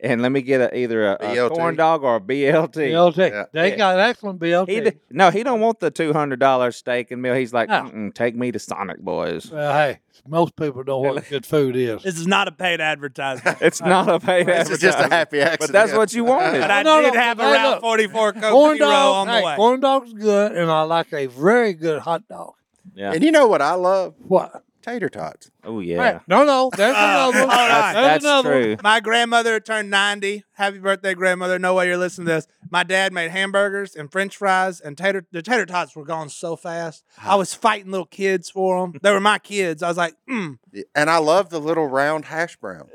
Speaker 4: and let me get a, either a, a
Speaker 1: BLT.
Speaker 4: corn dog or a BLT.
Speaker 2: BLT.
Speaker 1: Yeah.
Speaker 2: They
Speaker 4: Yeah.
Speaker 2: got excellent BLT.
Speaker 4: He d- no, he don't want the two hundred dollar steak and meal. He's like,
Speaker 2: No.
Speaker 4: "Mm-mm, take me to Sonic Boys.
Speaker 2: Well, hey, most people know what good food is.
Speaker 3: This is not a paid
Speaker 4: [LAUGHS]
Speaker 3: advertisement.
Speaker 1: [LAUGHS]
Speaker 4: It's not a paid
Speaker 1: This is just a
Speaker 4: advertisement,
Speaker 1: happy accident.
Speaker 4: but that's what you wanted.
Speaker 3: But I
Speaker 2: No, no,
Speaker 3: did have a
Speaker 2: hey,
Speaker 3: Route
Speaker 2: look.
Speaker 3: 44 Coke
Speaker 2: Corn
Speaker 3: Zero
Speaker 2: dog,
Speaker 3: on the
Speaker 2: hey,
Speaker 3: way.
Speaker 2: corn dog's good, and I like a very good hot dog.
Speaker 4: yeah.
Speaker 1: And you know what I love?
Speaker 2: What?
Speaker 1: Tater tots.
Speaker 4: Oh yeah.
Speaker 2: Right. No, no, there's another one.
Speaker 3: [LAUGHS] all right.
Speaker 2: There's
Speaker 4: That's, that's
Speaker 2: another one.
Speaker 4: true.
Speaker 3: My grandmother turned 90. Happy birthday, grandmother. No way you're listening to this. My dad made hamburgers and french fries, and tater the tater tots were gone so fast. I was fighting little kids for them. They were my kids. I was like, mm,
Speaker 1: And I love the little round hash browns.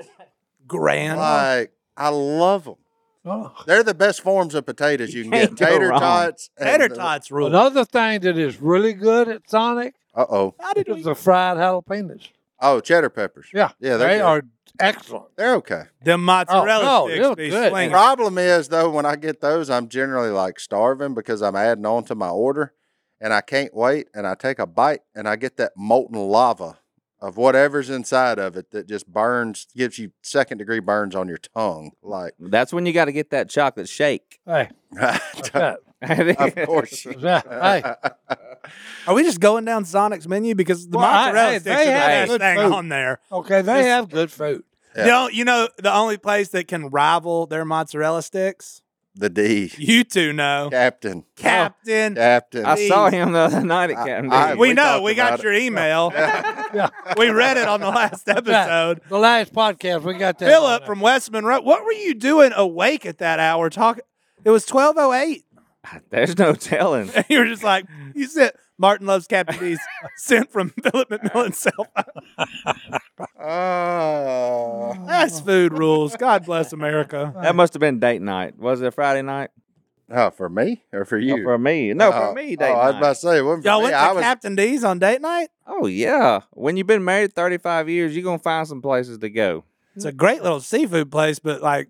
Speaker 3: grand.
Speaker 1: Like, I love them.
Speaker 2: Oh.
Speaker 1: They're the best forms of potatoes you can
Speaker 4: can't
Speaker 1: get.
Speaker 4: go
Speaker 1: Tater
Speaker 4: wrong.
Speaker 1: tots. uh,
Speaker 3: tater tots rule.
Speaker 2: Oh, Another thing that is really good at Sonic
Speaker 1: Uh oh.
Speaker 3: How did
Speaker 2: is
Speaker 3: we?
Speaker 2: the fried jalapenos.
Speaker 1: Oh, cheddar peppers.
Speaker 2: Yeah,
Speaker 1: Yeah, they're
Speaker 2: they
Speaker 1: good.
Speaker 2: are excellent.
Speaker 1: They're okay.
Speaker 3: Them mozzarella
Speaker 2: Oh, no,
Speaker 3: sticks
Speaker 2: they're
Speaker 3: be
Speaker 2: good.
Speaker 1: The
Speaker 3: slinging.
Speaker 1: problem is though, when I get those, I'm generally like starving because I'm adding on to my order, and I can't wait. And I take a bite, and I get that molten lava of whatever's inside of it that just burns, gives you second degree burns on your tongue. Like, [LAUGHS]
Speaker 4: That's when you got to get that chocolate shake. [LAUGHS]
Speaker 2: Hey, that's
Speaker 1: of
Speaker 2: that.
Speaker 1: course. you-
Speaker 2: That's that. Hey,
Speaker 3: Are we just going down Sonic's menu because the
Speaker 2: Well, I-
Speaker 3: mozzarella
Speaker 2: hey,
Speaker 3: sticks
Speaker 2: they
Speaker 3: are the
Speaker 2: have
Speaker 3: best
Speaker 2: good
Speaker 3: thing
Speaker 2: food.
Speaker 3: on there?
Speaker 2: okay, they
Speaker 3: Just-
Speaker 2: have good food.
Speaker 1: [LAUGHS] Yeah.
Speaker 3: You know, you know the only place that can rival their mozzarella sticks?
Speaker 1: the D,
Speaker 3: You two know.
Speaker 1: Captain,
Speaker 3: Captain.
Speaker 1: Captain.
Speaker 4: I saw him the other night at
Speaker 1: I-
Speaker 4: Captain
Speaker 1: I-
Speaker 4: D's.
Speaker 3: We,
Speaker 1: We
Speaker 3: know.
Speaker 1: talked
Speaker 3: We got
Speaker 1: about it.
Speaker 3: your email.
Speaker 2: [LAUGHS] Yeah.
Speaker 3: we read it on the last episode.
Speaker 2: The last podcast we got that.
Speaker 3: Philip
Speaker 2: on
Speaker 3: from West Monroe, what were you doing awake at that hour talking? It was 1208.
Speaker 4: There's no telling.
Speaker 3: [LAUGHS] And you were just like, you sent Martin Loves Captain D's sent from Philip McMillan's cell phone.
Speaker 4: Oh.
Speaker 1: [LAUGHS] Ah.
Speaker 3: That's food rules. God bless America.
Speaker 4: That must have been date night. Was it Friday night?
Speaker 1: Oh, for me or for you?
Speaker 4: No, for me. No,
Speaker 1: Oh,
Speaker 4: for me,
Speaker 1: oh,
Speaker 4: date
Speaker 1: I was
Speaker 4: night.
Speaker 1: about to say, it wasn't for
Speaker 3: Y'all
Speaker 1: me.
Speaker 3: went
Speaker 1: I
Speaker 3: to
Speaker 1: was
Speaker 3: Captain D's on date night?
Speaker 4: Oh yeah. When you've been married 35 years, you're gonna find some places to go.
Speaker 3: It's a great little seafood place, but like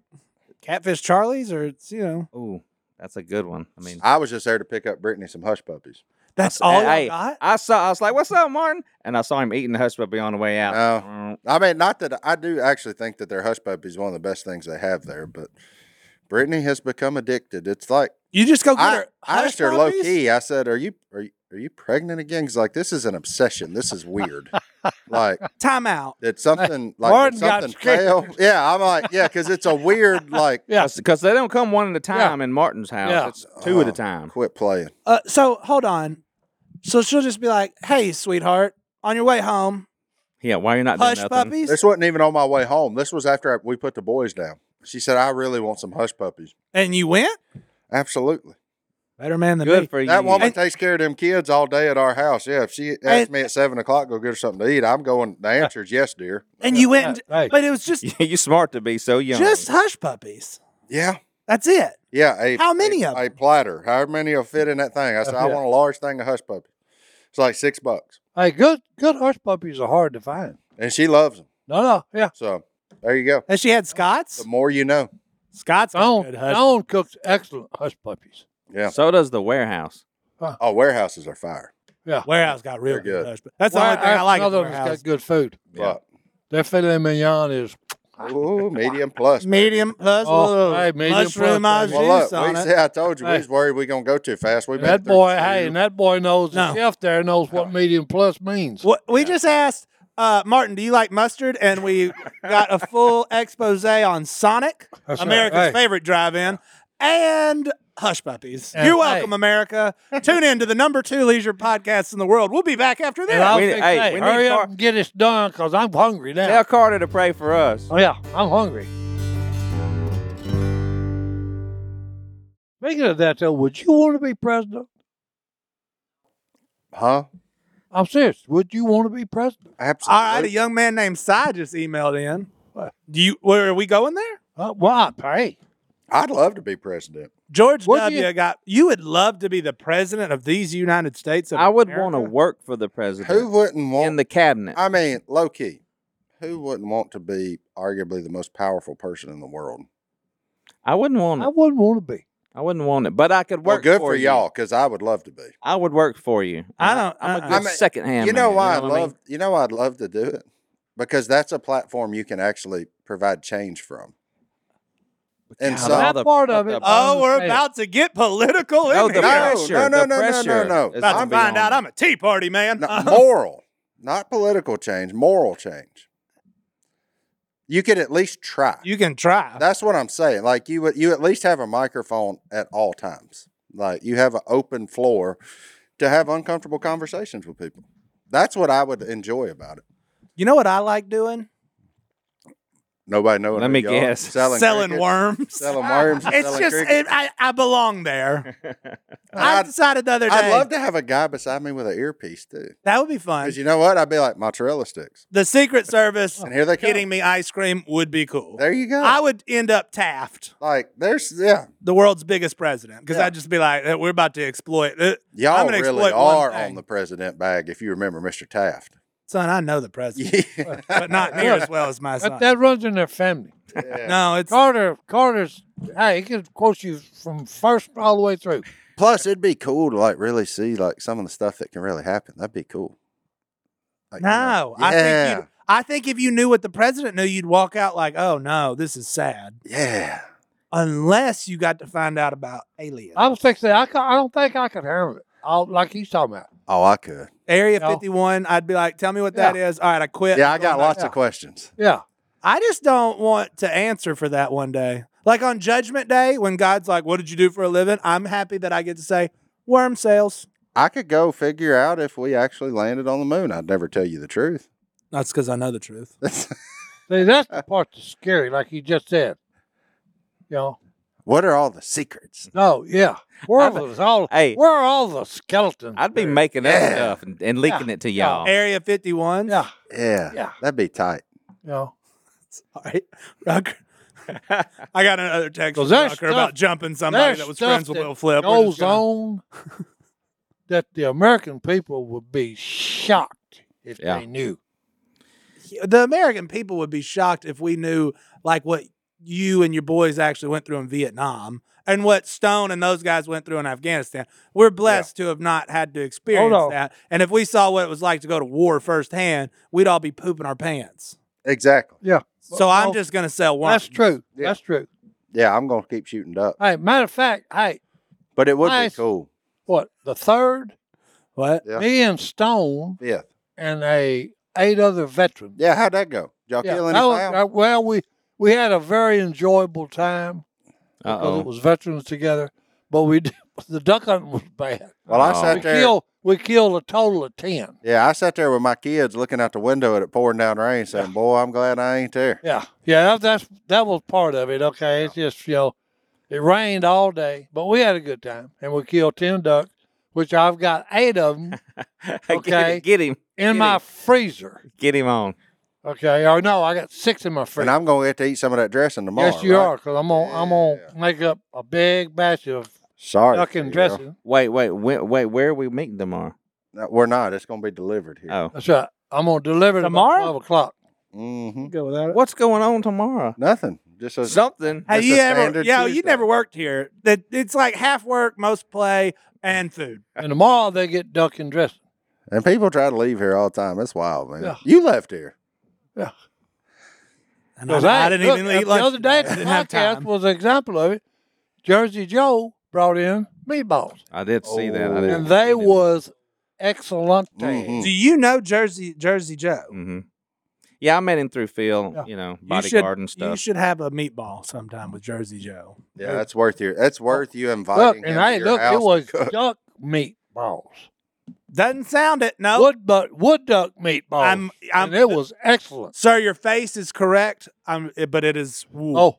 Speaker 3: Catfish Charlie's or it's, you know,
Speaker 4: Ooh, that's a good one. I mean,
Speaker 1: I was just there to pick up Brittany some hush puppies.
Speaker 3: that's all
Speaker 4: hey,
Speaker 3: I got.
Speaker 4: I saw. I was like, "What's up, Martin?" And I saw him eating the hush puppy on the way out.
Speaker 1: Oh. I mean, not that I do actually think that their hush puppy is one of the best things they have there, but Brittany has become addicted. It's like
Speaker 3: You just go get
Speaker 1: I,
Speaker 3: Oh, her.
Speaker 1: I
Speaker 3: hush
Speaker 1: asked her low
Speaker 3: puppies?
Speaker 1: key. I said, "Are you are you, are you pregnant again?" She's like, "This is an obsession. This is weird. like
Speaker 3: Time out. [LAUGHS]
Speaker 1: did something like
Speaker 2: Martin
Speaker 1: did
Speaker 2: got
Speaker 1: something
Speaker 2: scared.
Speaker 1: fail?" Yeah, I'm like, yeah, because it's a
Speaker 3: [LAUGHS]
Speaker 1: weird like.
Speaker 2: Yeah.
Speaker 4: because they don't come one at a time in Martin's house.
Speaker 2: Yeah.
Speaker 4: It's two at
Speaker 1: Oh,
Speaker 4: a time.
Speaker 1: Quit playing.
Speaker 3: Uh, so hold on. So she'll just be like, "Hey, sweetheart, on your way home,
Speaker 4: Yeah, why you're not doing
Speaker 3: hush
Speaker 4: nothing?
Speaker 3: puppies."
Speaker 1: This wasn't even on my way home. This was after I, we put the boys down. She said, "I really want some hush puppies."
Speaker 3: And you went.
Speaker 1: Absolutely.
Speaker 3: Better man than me.
Speaker 4: Good for you.
Speaker 1: That woman
Speaker 4: [LAUGHS]
Speaker 3: And-
Speaker 1: takes care of them kids all day at our house. Yeah, if she asks
Speaker 3: And-
Speaker 1: me at seven o'clock, go get her something to eat. I'm going. The answer is yes, dear.
Speaker 3: and you
Speaker 2: that.
Speaker 3: went,
Speaker 2: Hey,
Speaker 3: but it
Speaker 2: [LAUGHS]
Speaker 3: was just
Speaker 4: you smart to be so young.
Speaker 3: just hush puppies.
Speaker 1: Yeah,
Speaker 3: That's it.
Speaker 1: yeah. A,
Speaker 3: How many
Speaker 1: a,
Speaker 3: of Oh,
Speaker 1: a platter? How many will fit in that thing? I said I
Speaker 2: Yeah.
Speaker 1: want a large thing of hush puppy. It's like six bucks,
Speaker 2: hey, good, good hush puppies are hard to find.
Speaker 1: and she loves them.
Speaker 2: No, no, yeah.
Speaker 1: So there you go.
Speaker 3: And she had Scots.
Speaker 1: The more you know.
Speaker 3: Scots got
Speaker 2: Don,
Speaker 3: good hush.
Speaker 2: Don cooks excellent hush puppies.
Speaker 1: Yeah.
Speaker 4: So does the warehouse.
Speaker 1: Oh, warehouses are fire.
Speaker 3: Warehouse got real
Speaker 1: They're
Speaker 3: good.
Speaker 1: good.
Speaker 3: hush. puppies. That's the only thing I like. at the
Speaker 2: Another one's
Speaker 3: warehouse.
Speaker 2: got good food.
Speaker 4: Yeah.
Speaker 2: Their filet mignon is
Speaker 1: But, ooh, medium plus.
Speaker 3: Medium plus
Speaker 2: Oh,
Speaker 3: little
Speaker 2: hey, medium plus,
Speaker 3: mushroom plus,
Speaker 2: baby.
Speaker 1: Well, look,
Speaker 3: juice
Speaker 1: we
Speaker 3: on it.
Speaker 1: see, I told you we
Speaker 2: Hey.
Speaker 1: was worried we gonna go too fast. We've been
Speaker 2: that
Speaker 1: through
Speaker 2: boy.
Speaker 1: two.
Speaker 2: Hey, and that boy knows the
Speaker 3: No.
Speaker 2: chef there knows what medium plus means.
Speaker 3: What we just asked uh, Martin, do you like mustard? And we got a
Speaker 4: [LAUGHS]
Speaker 3: full expose on Sonic,
Speaker 2: That's right.
Speaker 3: America's
Speaker 2: Hey.
Speaker 3: favorite drive-in, and Hush Puppies.
Speaker 2: And
Speaker 3: You're welcome,
Speaker 2: hey.
Speaker 3: America. Tune in to the number two leisure podcast in the world. We'll be back after
Speaker 2: And I
Speaker 3: this.
Speaker 2: was
Speaker 4: We-
Speaker 2: gonna
Speaker 4: hey,
Speaker 2: say,
Speaker 4: we need
Speaker 2: hurry
Speaker 4: car-
Speaker 2: up and get this done because I'm hungry now.
Speaker 4: Tell Carter to pray for us.
Speaker 2: Oh yeah, I'm hungry. Speaking of that, though, would you want to be president?
Speaker 1: Huh?
Speaker 2: I'm serious. Would you want to be president?
Speaker 1: Absolutely.
Speaker 3: All right, a young man named Cy just emailed in. Do you? Where are we going there?
Speaker 2: Uh, why? Hey,
Speaker 1: I'd love to be president.
Speaker 3: George
Speaker 2: Would
Speaker 3: W.
Speaker 2: you-
Speaker 3: got. You would love to be the president of these United States. Of
Speaker 4: I would
Speaker 3: America?
Speaker 4: want to work for the
Speaker 1: Who
Speaker 4: president
Speaker 1: wouldn't want
Speaker 4: in the cabinet.
Speaker 1: [LAUGHS] I mean, low key, who wouldn't want to be arguably the most powerful person in the world?
Speaker 4: I wouldn't want
Speaker 2: I
Speaker 4: it.
Speaker 2: wouldn't want to be.
Speaker 4: I wouldn't want it, but I could
Speaker 1: Well,
Speaker 4: work.
Speaker 1: good
Speaker 4: for
Speaker 1: for
Speaker 4: you.
Speaker 1: y'all, because I would love to be.
Speaker 4: I would work for you.
Speaker 3: I don't- uh-uh.
Speaker 4: I'm a
Speaker 3: I-
Speaker 4: good
Speaker 1: I mean,
Speaker 4: second hand.
Speaker 1: you know
Speaker 4: man,
Speaker 1: why
Speaker 4: what
Speaker 1: I
Speaker 4: mean?
Speaker 1: love. You know why I'd love to do it because that's a platform you can actually provide change from. And
Speaker 4: God,
Speaker 1: so-
Speaker 4: all
Speaker 2: That
Speaker 4: the-
Speaker 2: part of
Speaker 4: the-
Speaker 2: it-
Speaker 3: Oh, we're
Speaker 2: Hey.
Speaker 3: about to get political in
Speaker 4: Oh, the
Speaker 3: here.
Speaker 1: No,
Speaker 4: pressure.
Speaker 1: no,
Speaker 4: the
Speaker 1: no, no, no, no,
Speaker 4: pressure
Speaker 1: no.
Speaker 4: is
Speaker 1: It's
Speaker 3: about
Speaker 1: I'm
Speaker 3: to
Speaker 4: beyond-
Speaker 3: find out I'm a Tea Party [LAUGHS] man.
Speaker 1: No, moral, not political change, moral change. You could at least try.
Speaker 3: you can try.
Speaker 1: That's what I'm saying. Like you would, you at least have a microphone at all times. Like you have an open floor to have uncomfortable conversations with people. That's what I would enjoy about it.
Speaker 3: you know what I like doing?
Speaker 1: Nobody knowing.
Speaker 4: Let
Speaker 1: who
Speaker 4: me
Speaker 1: you are.
Speaker 4: guess.
Speaker 1: Selling,
Speaker 3: selling
Speaker 1: cricket,
Speaker 3: worms.
Speaker 1: Selling worms. and
Speaker 3: it's
Speaker 1: selling
Speaker 3: just
Speaker 1: cricket.
Speaker 3: it, I, I
Speaker 1: [LAUGHS]
Speaker 3: belong there. I
Speaker 1: I'd-
Speaker 3: decided the other day
Speaker 1: I'd love to have a guy beside me with an earpiece too.
Speaker 3: that would be fun.
Speaker 1: Because you know what? I'd be like mozzarella sticks,
Speaker 3: the Secret Service
Speaker 1: and here they come.
Speaker 3: getting me ice cream would be cool.
Speaker 1: There you go.
Speaker 3: Oh, I would end up Taft,
Speaker 1: like there's yeah.
Speaker 3: the world's biggest president, because
Speaker 1: Yeah.
Speaker 3: I'd just be like, "Eh, "We're about to exploit." uh, it." I'm
Speaker 1: Y'all
Speaker 3: gonna
Speaker 1: really
Speaker 3: exploit one
Speaker 1: are
Speaker 3: thing.
Speaker 1: on the president bag if you remember Mr.
Speaker 3: [LAUGHS]
Speaker 1: Taft.
Speaker 3: Son, I know the president,
Speaker 1: [LAUGHS] Yeah.
Speaker 3: but not near as well as my son.
Speaker 2: That, that runs in their family.
Speaker 3: no, it's
Speaker 2: Carter, Carter's, hey, he could quote you from first all the way through.
Speaker 1: Plus, it'd be cool to like really see like some of the stuff that can really happen. That'd be cool. Like, you
Speaker 3: no.
Speaker 1: know,
Speaker 3: I
Speaker 1: yeah,
Speaker 3: think you. I think if you knew what the president knew, you'd walk out like, "Oh no, this is sad."
Speaker 1: yeah.
Speaker 3: Unless you got to find out about aliens.
Speaker 2: I was thinking, I, ca- I don't think I could handle it. I'll, like he's talking about.
Speaker 1: Oh, I could.
Speaker 3: Area
Speaker 2: No.
Speaker 3: 51, I'd be like, tell me what
Speaker 2: Yeah. oh,
Speaker 3: that is. All right, I quit.
Speaker 1: Yeah, I
Speaker 3: I'm
Speaker 1: got
Speaker 3: going back.
Speaker 1: lots of questions.
Speaker 2: Yeah.
Speaker 3: I just don't want to answer for that one day. Like on Judgment Day, when God's like, what did you do for a living? I'm happy that I get to say, worm sales.
Speaker 1: I could go figure out if we actually landed on the moon. I'd never tell you the truth. [LAUGHS]
Speaker 3: That's because I know the truth.
Speaker 2: See, that's the part that's scary, like you just said. You know?
Speaker 1: what are all the secrets?
Speaker 2: No, yeah. Where are those all?
Speaker 4: Hey.
Speaker 2: where are all the skeletons?
Speaker 4: I'd be
Speaker 2: buried?
Speaker 4: making up
Speaker 1: Yeah.
Speaker 4: stuff and, and leaking
Speaker 2: Yeah.
Speaker 4: it to
Speaker 2: Yeah.
Speaker 4: y'all.
Speaker 3: Area 51.
Speaker 2: Yeah,
Speaker 1: Yeah,
Speaker 2: Yeah.
Speaker 1: that'd be tight.
Speaker 2: you know.
Speaker 3: All right.
Speaker 2: [LAUGHS]
Speaker 3: Rucker. I got another text from
Speaker 2: Well, there's
Speaker 3: Rucker about
Speaker 2: stuff-
Speaker 3: jumping somebody
Speaker 2: there's
Speaker 3: that was
Speaker 2: stuff
Speaker 3: friends with
Speaker 2: that
Speaker 3: Will Flip. We're
Speaker 2: Goes
Speaker 3: just gonna-
Speaker 2: on [LAUGHS] that the American people would be shocked if
Speaker 4: Yeah.
Speaker 2: they knew.
Speaker 3: The American people would be shocked if we knew like what you and your boys actually went through in Vietnam and what Stone and those guys went through in Afghanistan. We're blessed to have not had to experience
Speaker 2: no.
Speaker 3: that. And if we saw what it was like to go to war firsthand, we'd all be pooping our pants.
Speaker 1: Exactly.
Speaker 2: Yeah.
Speaker 3: So I'm
Speaker 2: Well,
Speaker 3: just gonna sell one.
Speaker 2: That's true.
Speaker 1: Yeah.
Speaker 2: That's true.
Speaker 1: Yeah, I'm gonna keep shooting duck,
Speaker 2: Hey, matter of fact, hey,
Speaker 1: but it would
Speaker 2: Uh, Nice.
Speaker 1: be cool.
Speaker 2: what the third?
Speaker 3: What?
Speaker 1: Yeah.
Speaker 2: Me and Stone
Speaker 1: Yeah.
Speaker 2: and a eight other veterans.
Speaker 1: Yeah. How'd that go? Y'all
Speaker 2: Yeah,
Speaker 1: kill any
Speaker 2: that was-
Speaker 1: fowl?
Speaker 2: uh, well, we we had a very enjoyable time because it
Speaker 4: Uh-oh.
Speaker 2: was veterans together, but we [LAUGHS] did, the duck hunt was bad.
Speaker 1: Well, I
Speaker 4: Oh.
Speaker 1: sat
Speaker 2: We
Speaker 1: there.
Speaker 2: killed we killed a total of ten.
Speaker 1: Yeah, I sat there with my kids looking out the window at it pouring down rain, saying, "Boy, I'm glad I ain't there."
Speaker 2: Yeah, yeah, that, that's that was part of it. Okay, it's just you know, it rained all day, but we had a good time and we killed ten ducks, which I've got eight of
Speaker 3: [LAUGHS]
Speaker 2: them Okay.
Speaker 4: [LAUGHS] get, get him.
Speaker 2: in my freezer.
Speaker 4: Get him on.
Speaker 2: Okay, or no, I got six in my
Speaker 1: And
Speaker 2: freezer.
Speaker 1: I'm gonna get to eat some of that dressing tomorrow.
Speaker 2: yes, you
Speaker 1: right?
Speaker 2: are, because I'm gonna I'm gonna make up a big batch of
Speaker 1: Sorry,
Speaker 2: duck and
Speaker 1: Phil.
Speaker 2: dressing.
Speaker 4: Wait, wait, wait, wait. Where are we meeting tomorrow?
Speaker 1: No, we're not. It's gonna be delivered here.
Speaker 4: Oh,
Speaker 2: That's right. I'm gonna deliver it about
Speaker 3: Tomorrow?
Speaker 2: Twelve o'clock.
Speaker 1: Mm-hmm.
Speaker 3: Go without
Speaker 4: what's going on tomorrow?
Speaker 1: Nothing. Just a,
Speaker 4: Something.
Speaker 3: Have
Speaker 1: It's
Speaker 3: you
Speaker 1: a
Speaker 3: ever?
Speaker 1: standard
Speaker 3: Yeah, you
Speaker 1: Tuesday.
Speaker 3: never worked here. That it's like half work, most play, and food.
Speaker 2: And tomorrow they get duck and dressing.
Speaker 1: and people try to leave here all the time. That's wild, man.
Speaker 2: Yeah.
Speaker 1: You left here.
Speaker 3: And
Speaker 2: Because
Speaker 3: I, I
Speaker 2: hey,
Speaker 3: didn't
Speaker 2: look, uh,
Speaker 3: even eat
Speaker 2: the
Speaker 3: lunch.
Speaker 2: other day.
Speaker 3: today. I
Speaker 2: The
Speaker 3: didn't have
Speaker 2: podcast
Speaker 3: time.
Speaker 2: was an example of it. Jersey Joe brought in meatballs,
Speaker 4: I did see that. I
Speaker 1: Oh.
Speaker 4: didn't
Speaker 2: and they
Speaker 4: see them.
Speaker 2: was excellent.
Speaker 1: Mhm.
Speaker 3: Do you know Jersey Jersey Joe?
Speaker 4: Mhm. Yeah, I met him through Phil.
Speaker 2: Yeah.
Speaker 4: You know,
Speaker 3: You
Speaker 4: body
Speaker 3: should-
Speaker 4: garden
Speaker 3: You
Speaker 4: stuff.
Speaker 3: should have a meatball sometime with Jersey Joe.
Speaker 1: Yeah, that's worth your. That's worth you inviting
Speaker 2: Look,
Speaker 1: him
Speaker 2: and
Speaker 1: to
Speaker 2: hey,
Speaker 1: Mm-hmm. your
Speaker 2: look,
Speaker 1: house
Speaker 2: it
Speaker 1: to
Speaker 2: was
Speaker 1: cook.
Speaker 2: duck meatballs,
Speaker 3: Doesn't sound it. No,
Speaker 2: wood but wood duck meatballs,
Speaker 3: I'm. I'm
Speaker 2: Oh, and it was excellent.
Speaker 3: sir, your face is correct. I'm, but it is. ooh.
Speaker 2: Oh,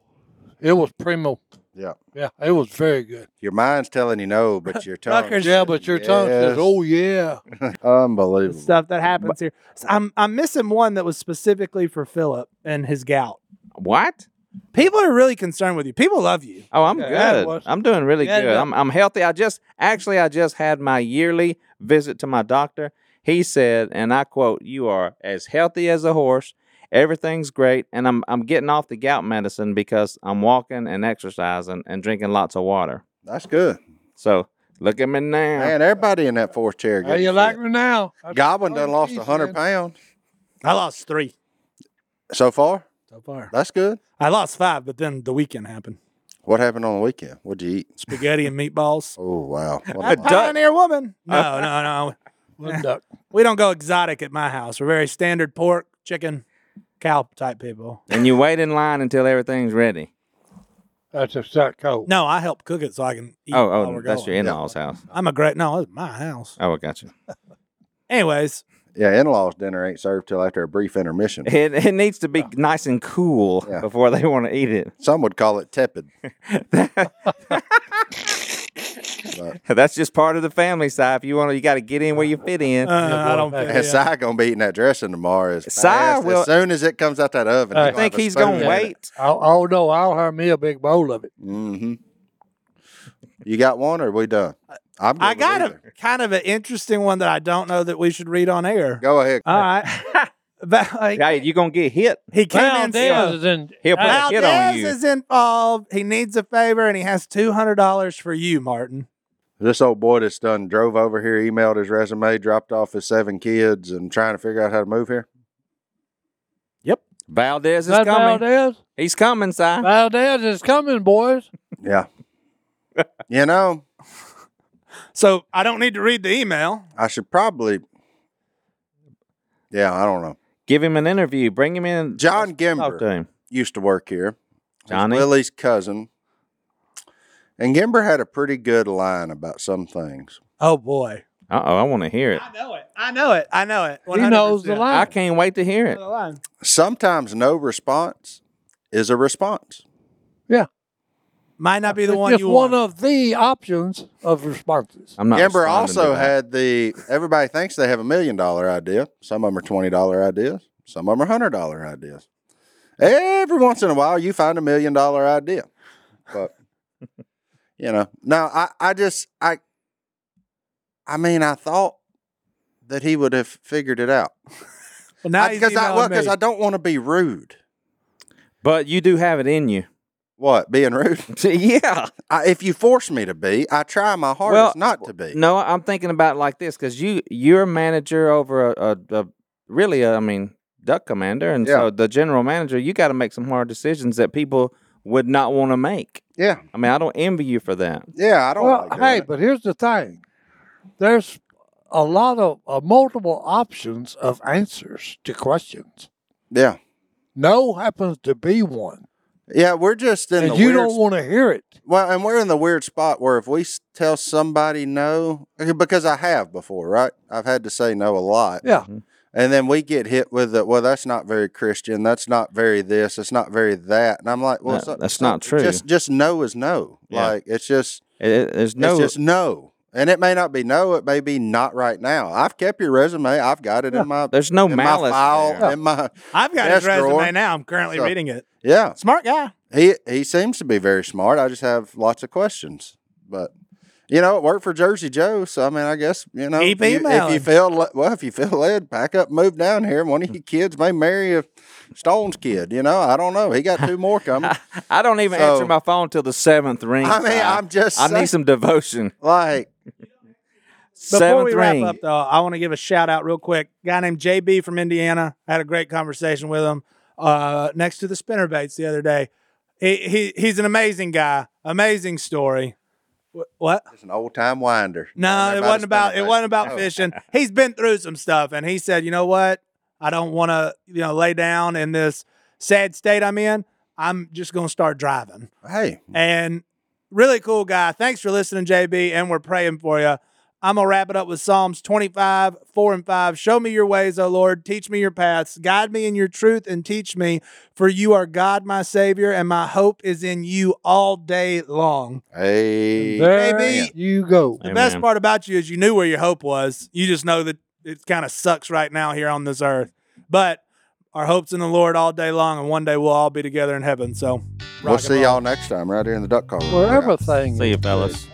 Speaker 2: it was primo.
Speaker 1: Yeah.
Speaker 2: yeah, it was very good.
Speaker 1: Your mind's telling you no,
Speaker 2: [LAUGHS]
Speaker 1: but your tongue.
Speaker 3: Tucker's-
Speaker 2: Yeah, but your tongue says,
Speaker 1: Yes.
Speaker 2: "Oh yeah."
Speaker 3: the
Speaker 1: Unbelievable.
Speaker 3: stuff that happens here. So I'm I'm missing one that was specifically for Philip and his gout.
Speaker 4: What?
Speaker 3: People are really concerned with you. People love you.
Speaker 4: Oh, I'm
Speaker 2: Yeah, that
Speaker 4: good.
Speaker 2: was-
Speaker 4: I'm doing really
Speaker 2: Yeah,
Speaker 4: good.
Speaker 2: that-
Speaker 4: I'm, I'm healthy. I just actually I just had my yearly visit to my doctor. He said, and I quote, "You are as healthy as a horse. Everything's great, and I'm I'm getting off the gout medicine because I'm walking and exercising and drinking lots of water.
Speaker 1: That's good,
Speaker 4: So look at me now.
Speaker 1: man. Everybody in that fourth chair.
Speaker 2: How
Speaker 1: getting
Speaker 2: you like
Speaker 1: fit.
Speaker 2: me now?
Speaker 1: Goblin done
Speaker 2: Oh,
Speaker 1: lost
Speaker 2: geez,
Speaker 1: a hundred
Speaker 2: man.
Speaker 1: pounds
Speaker 3: I lost three
Speaker 1: so far.
Speaker 3: so far.
Speaker 1: That's good.
Speaker 3: I lost five, but then the weekend happened.
Speaker 1: What happened on the weekend? What'd you eat?
Speaker 3: Spaghetti
Speaker 2: [LAUGHS]
Speaker 3: and meatballs.
Speaker 1: Oh wow! What
Speaker 3: A
Speaker 1: a-
Speaker 4: duck.
Speaker 3: pioneer woman. No, no, no.
Speaker 2: One duck.
Speaker 3: We don't go exotic at my house. We're very standard pork, chicken, cow type people.
Speaker 4: and you wait in line until everything's ready.
Speaker 2: That's a set cold.
Speaker 3: No, I help cook it so I can eat.
Speaker 4: Oh,
Speaker 3: while
Speaker 4: oh,
Speaker 3: we're
Speaker 4: that's
Speaker 3: going.
Speaker 4: your in-laws' house.
Speaker 3: I'm a great. No, it's my house.
Speaker 4: Oh, I got you.
Speaker 3: Anyways,
Speaker 1: yeah, in laws dinner ain't served till after a brief
Speaker 4: [LAUGHS]
Speaker 1: intermission.
Speaker 4: It, it needs to be nice and cool
Speaker 1: Yeah.
Speaker 4: before they want to eat it. [LAUGHS]
Speaker 1: Some would call it tepid.
Speaker 4: That's just part of the family side. If you want to, you got to get in where you fit in.
Speaker 3: uh, I don't
Speaker 2: boy,
Speaker 3: think.
Speaker 1: And
Speaker 3: yeah.
Speaker 1: Si gonna be eating that dressing tomorrow. As,
Speaker 4: Si
Speaker 1: fast,
Speaker 4: will-
Speaker 1: as soon as it comes out that oven,
Speaker 2: I
Speaker 4: I think he's going to wait.
Speaker 2: I'll, oh no, I'll hire me a big bowl of it.
Speaker 1: Mm-hmm. You got one, or we done? I'm. good
Speaker 3: I
Speaker 1: with
Speaker 3: got a
Speaker 1: either.
Speaker 3: kind of an interesting one that I don't know that we should read on air.
Speaker 1: Go ahead.
Speaker 3: All right. [LAUGHS] But, like,
Speaker 4: Hey, you're going to get hit.
Speaker 3: he came in.
Speaker 2: Valdez is in.
Speaker 4: He'll put
Speaker 2: I-
Speaker 4: a hit on
Speaker 3: Valdez
Speaker 4: you.
Speaker 3: is involved. He needs a favor, and he has two hundred dollars for you, Martin.
Speaker 1: this old boy that's done drove over here, emailed his resume, dropped off his seven kids, and trying to figure out how to move here.
Speaker 4: Valdez is
Speaker 2: that
Speaker 4: coming.
Speaker 2: Valdez.
Speaker 4: He's coming, Si.
Speaker 2: Valdez is coming, boys.
Speaker 1: Yeah. you know,
Speaker 3: So I don't need to read the email.
Speaker 1: I should probably. Yeah, I don't know.
Speaker 4: Give him an interview. Bring him in.
Speaker 1: John
Speaker 4: Talk
Speaker 1: Gimber
Speaker 4: to him.
Speaker 1: used to work here. He's
Speaker 4: Johnny?
Speaker 1: Willie's cousin. And Gimber had a pretty good line about some things.
Speaker 3: Oh boy,
Speaker 4: Uh oh, I want to hear it.
Speaker 3: know it. I know it. I know it.
Speaker 2: He knows the
Speaker 3: 100%.
Speaker 2: line.
Speaker 4: I can't wait to hear it.
Speaker 3: The line.
Speaker 1: Sometimes no response is a response.
Speaker 3: Might not be the
Speaker 2: It's
Speaker 3: one
Speaker 2: just
Speaker 3: you
Speaker 2: one
Speaker 3: want.
Speaker 2: of the options of responses.
Speaker 4: I'm not.
Speaker 1: Gimber
Speaker 4: responding to
Speaker 1: also
Speaker 4: that.
Speaker 1: had the everybody thinks they have a million dollar idea. Some of them are twenty dollar ideas. Some of them are hundred dollar ideas. Every once in a while, you find a million dollar idea, but [LAUGHS] you know. Now, I I just I I mean, I thought that he would have figured it out
Speaker 3: Well, now he's
Speaker 1: because I
Speaker 3: emailing
Speaker 1: well, 'cause
Speaker 3: me.
Speaker 1: I don't want to be rude.
Speaker 4: But you do have it in you. [LAUGHS]
Speaker 1: What being rude? [LAUGHS]
Speaker 4: yeah.
Speaker 1: I, if you force me to be, I try my hardest not to be.
Speaker 4: No, I'm thinking about it like this because you you're a manager over a, a, a really a, I mean duck commander, and
Speaker 1: Yeah.
Speaker 4: so the general manager, you got to make some hard decisions that people would not want to make.
Speaker 1: Yeah,
Speaker 4: I mean, I don't envy you for that.
Speaker 1: yeah, I don't.
Speaker 2: Well,
Speaker 1: like doing
Speaker 2: hey,
Speaker 1: it.
Speaker 2: but here's the thing. There's a lot of uh, multiple options of answers to questions.
Speaker 1: yeah,
Speaker 2: No happens to be one,
Speaker 1: yeah, we're just in
Speaker 2: and
Speaker 1: the
Speaker 2: you
Speaker 1: weird
Speaker 2: don't want to hear it.
Speaker 1: Well, and we're in the weird spot where if we s- tell somebody no, eh, because I have before, right? I've had to say no a lot.
Speaker 2: Yeah,
Speaker 1: And then we get hit with the, well, that's not very Christian. That's not very this. It's not very that. And I'm like, well,
Speaker 4: That-
Speaker 1: so-
Speaker 4: that's
Speaker 1: so-
Speaker 4: not true.
Speaker 1: Just, just no is no.
Speaker 4: Yeah.
Speaker 1: Like it's just,
Speaker 4: It- it- there's no.
Speaker 1: it's just no. And it may not be no. It may be not right now. I've kept your resume. I've got it in my,
Speaker 4: there's no
Speaker 1: in my
Speaker 4: malice.
Speaker 1: file.
Speaker 4: there.
Speaker 1: In my,
Speaker 3: I've got
Speaker 1: Yes,
Speaker 3: his resume
Speaker 1: drawer.
Speaker 3: now. I'm currently
Speaker 1: So-
Speaker 3: reading it.
Speaker 1: yeah.
Speaker 3: Smart guy.
Speaker 1: He he seems to be very smart. I just have lots of questions, but you know, it worked for Jersey Joe. So I mean, I guess you know,
Speaker 3: Keep
Speaker 1: you- if you
Speaker 3: emailing. Mm.
Speaker 1: feel le- well, if you feel led, pack up, move down here. One of your kids may marry a Stones kid. You know, I don't know. He got two more
Speaker 3: [LAUGHS]
Speaker 1: coming.
Speaker 4: I don't even
Speaker 1: So-
Speaker 4: answer my phone till the seventh ring.
Speaker 1: I mean,
Speaker 4: Si.
Speaker 1: I'm just
Speaker 4: I need
Speaker 1: saying,
Speaker 4: some devotion.
Speaker 1: like
Speaker 3: Before
Speaker 4: seventh
Speaker 3: we
Speaker 4: ring.
Speaker 3: wrap up, though, I want to give a shout out real quick. Guy named JB from Indiana. I had a great conversation with him uh, next to the spinnerbaits the other day. He, he he's an amazing guy. Amazing story. Wh- What?
Speaker 1: it's an old time winder.
Speaker 3: No,
Speaker 1: Don't
Speaker 3: it
Speaker 1: everybody
Speaker 3: wasn't
Speaker 1: spend
Speaker 3: about it
Speaker 1: their-
Speaker 3: wasn't about
Speaker 1: Oh.
Speaker 3: fishing. He's been through some stuff, and he said, "You know what? I don't want to, you know, lay down in this sad state I'm in. I'm just gonna start driving."
Speaker 1: Hey,
Speaker 3: And really cool guy. Thanks for listening, JB, and we're praying for you. I'm gonna wrap it up with Psalms 25, 4 and 5. Show me your ways, O Lord. Teach me your paths. Guide me in your truth and teach me, for you are God, my Savior, and my hope is in you all day long.
Speaker 1: hey,
Speaker 2: there
Speaker 3: Maybe-
Speaker 2: you go.
Speaker 3: The
Speaker 4: Amen.
Speaker 3: best part about you is you knew where your hope was. You just know that it kind of sucks right now here on this earth. But our hope's in the Lord all day long, and one day we'll all be together in heaven. So
Speaker 1: we'll
Speaker 3: rock and
Speaker 1: see
Speaker 3: roll.
Speaker 1: y'all next time right here in the duck call.
Speaker 2: Where everything
Speaker 4: See you,
Speaker 2: is
Speaker 4: fellas.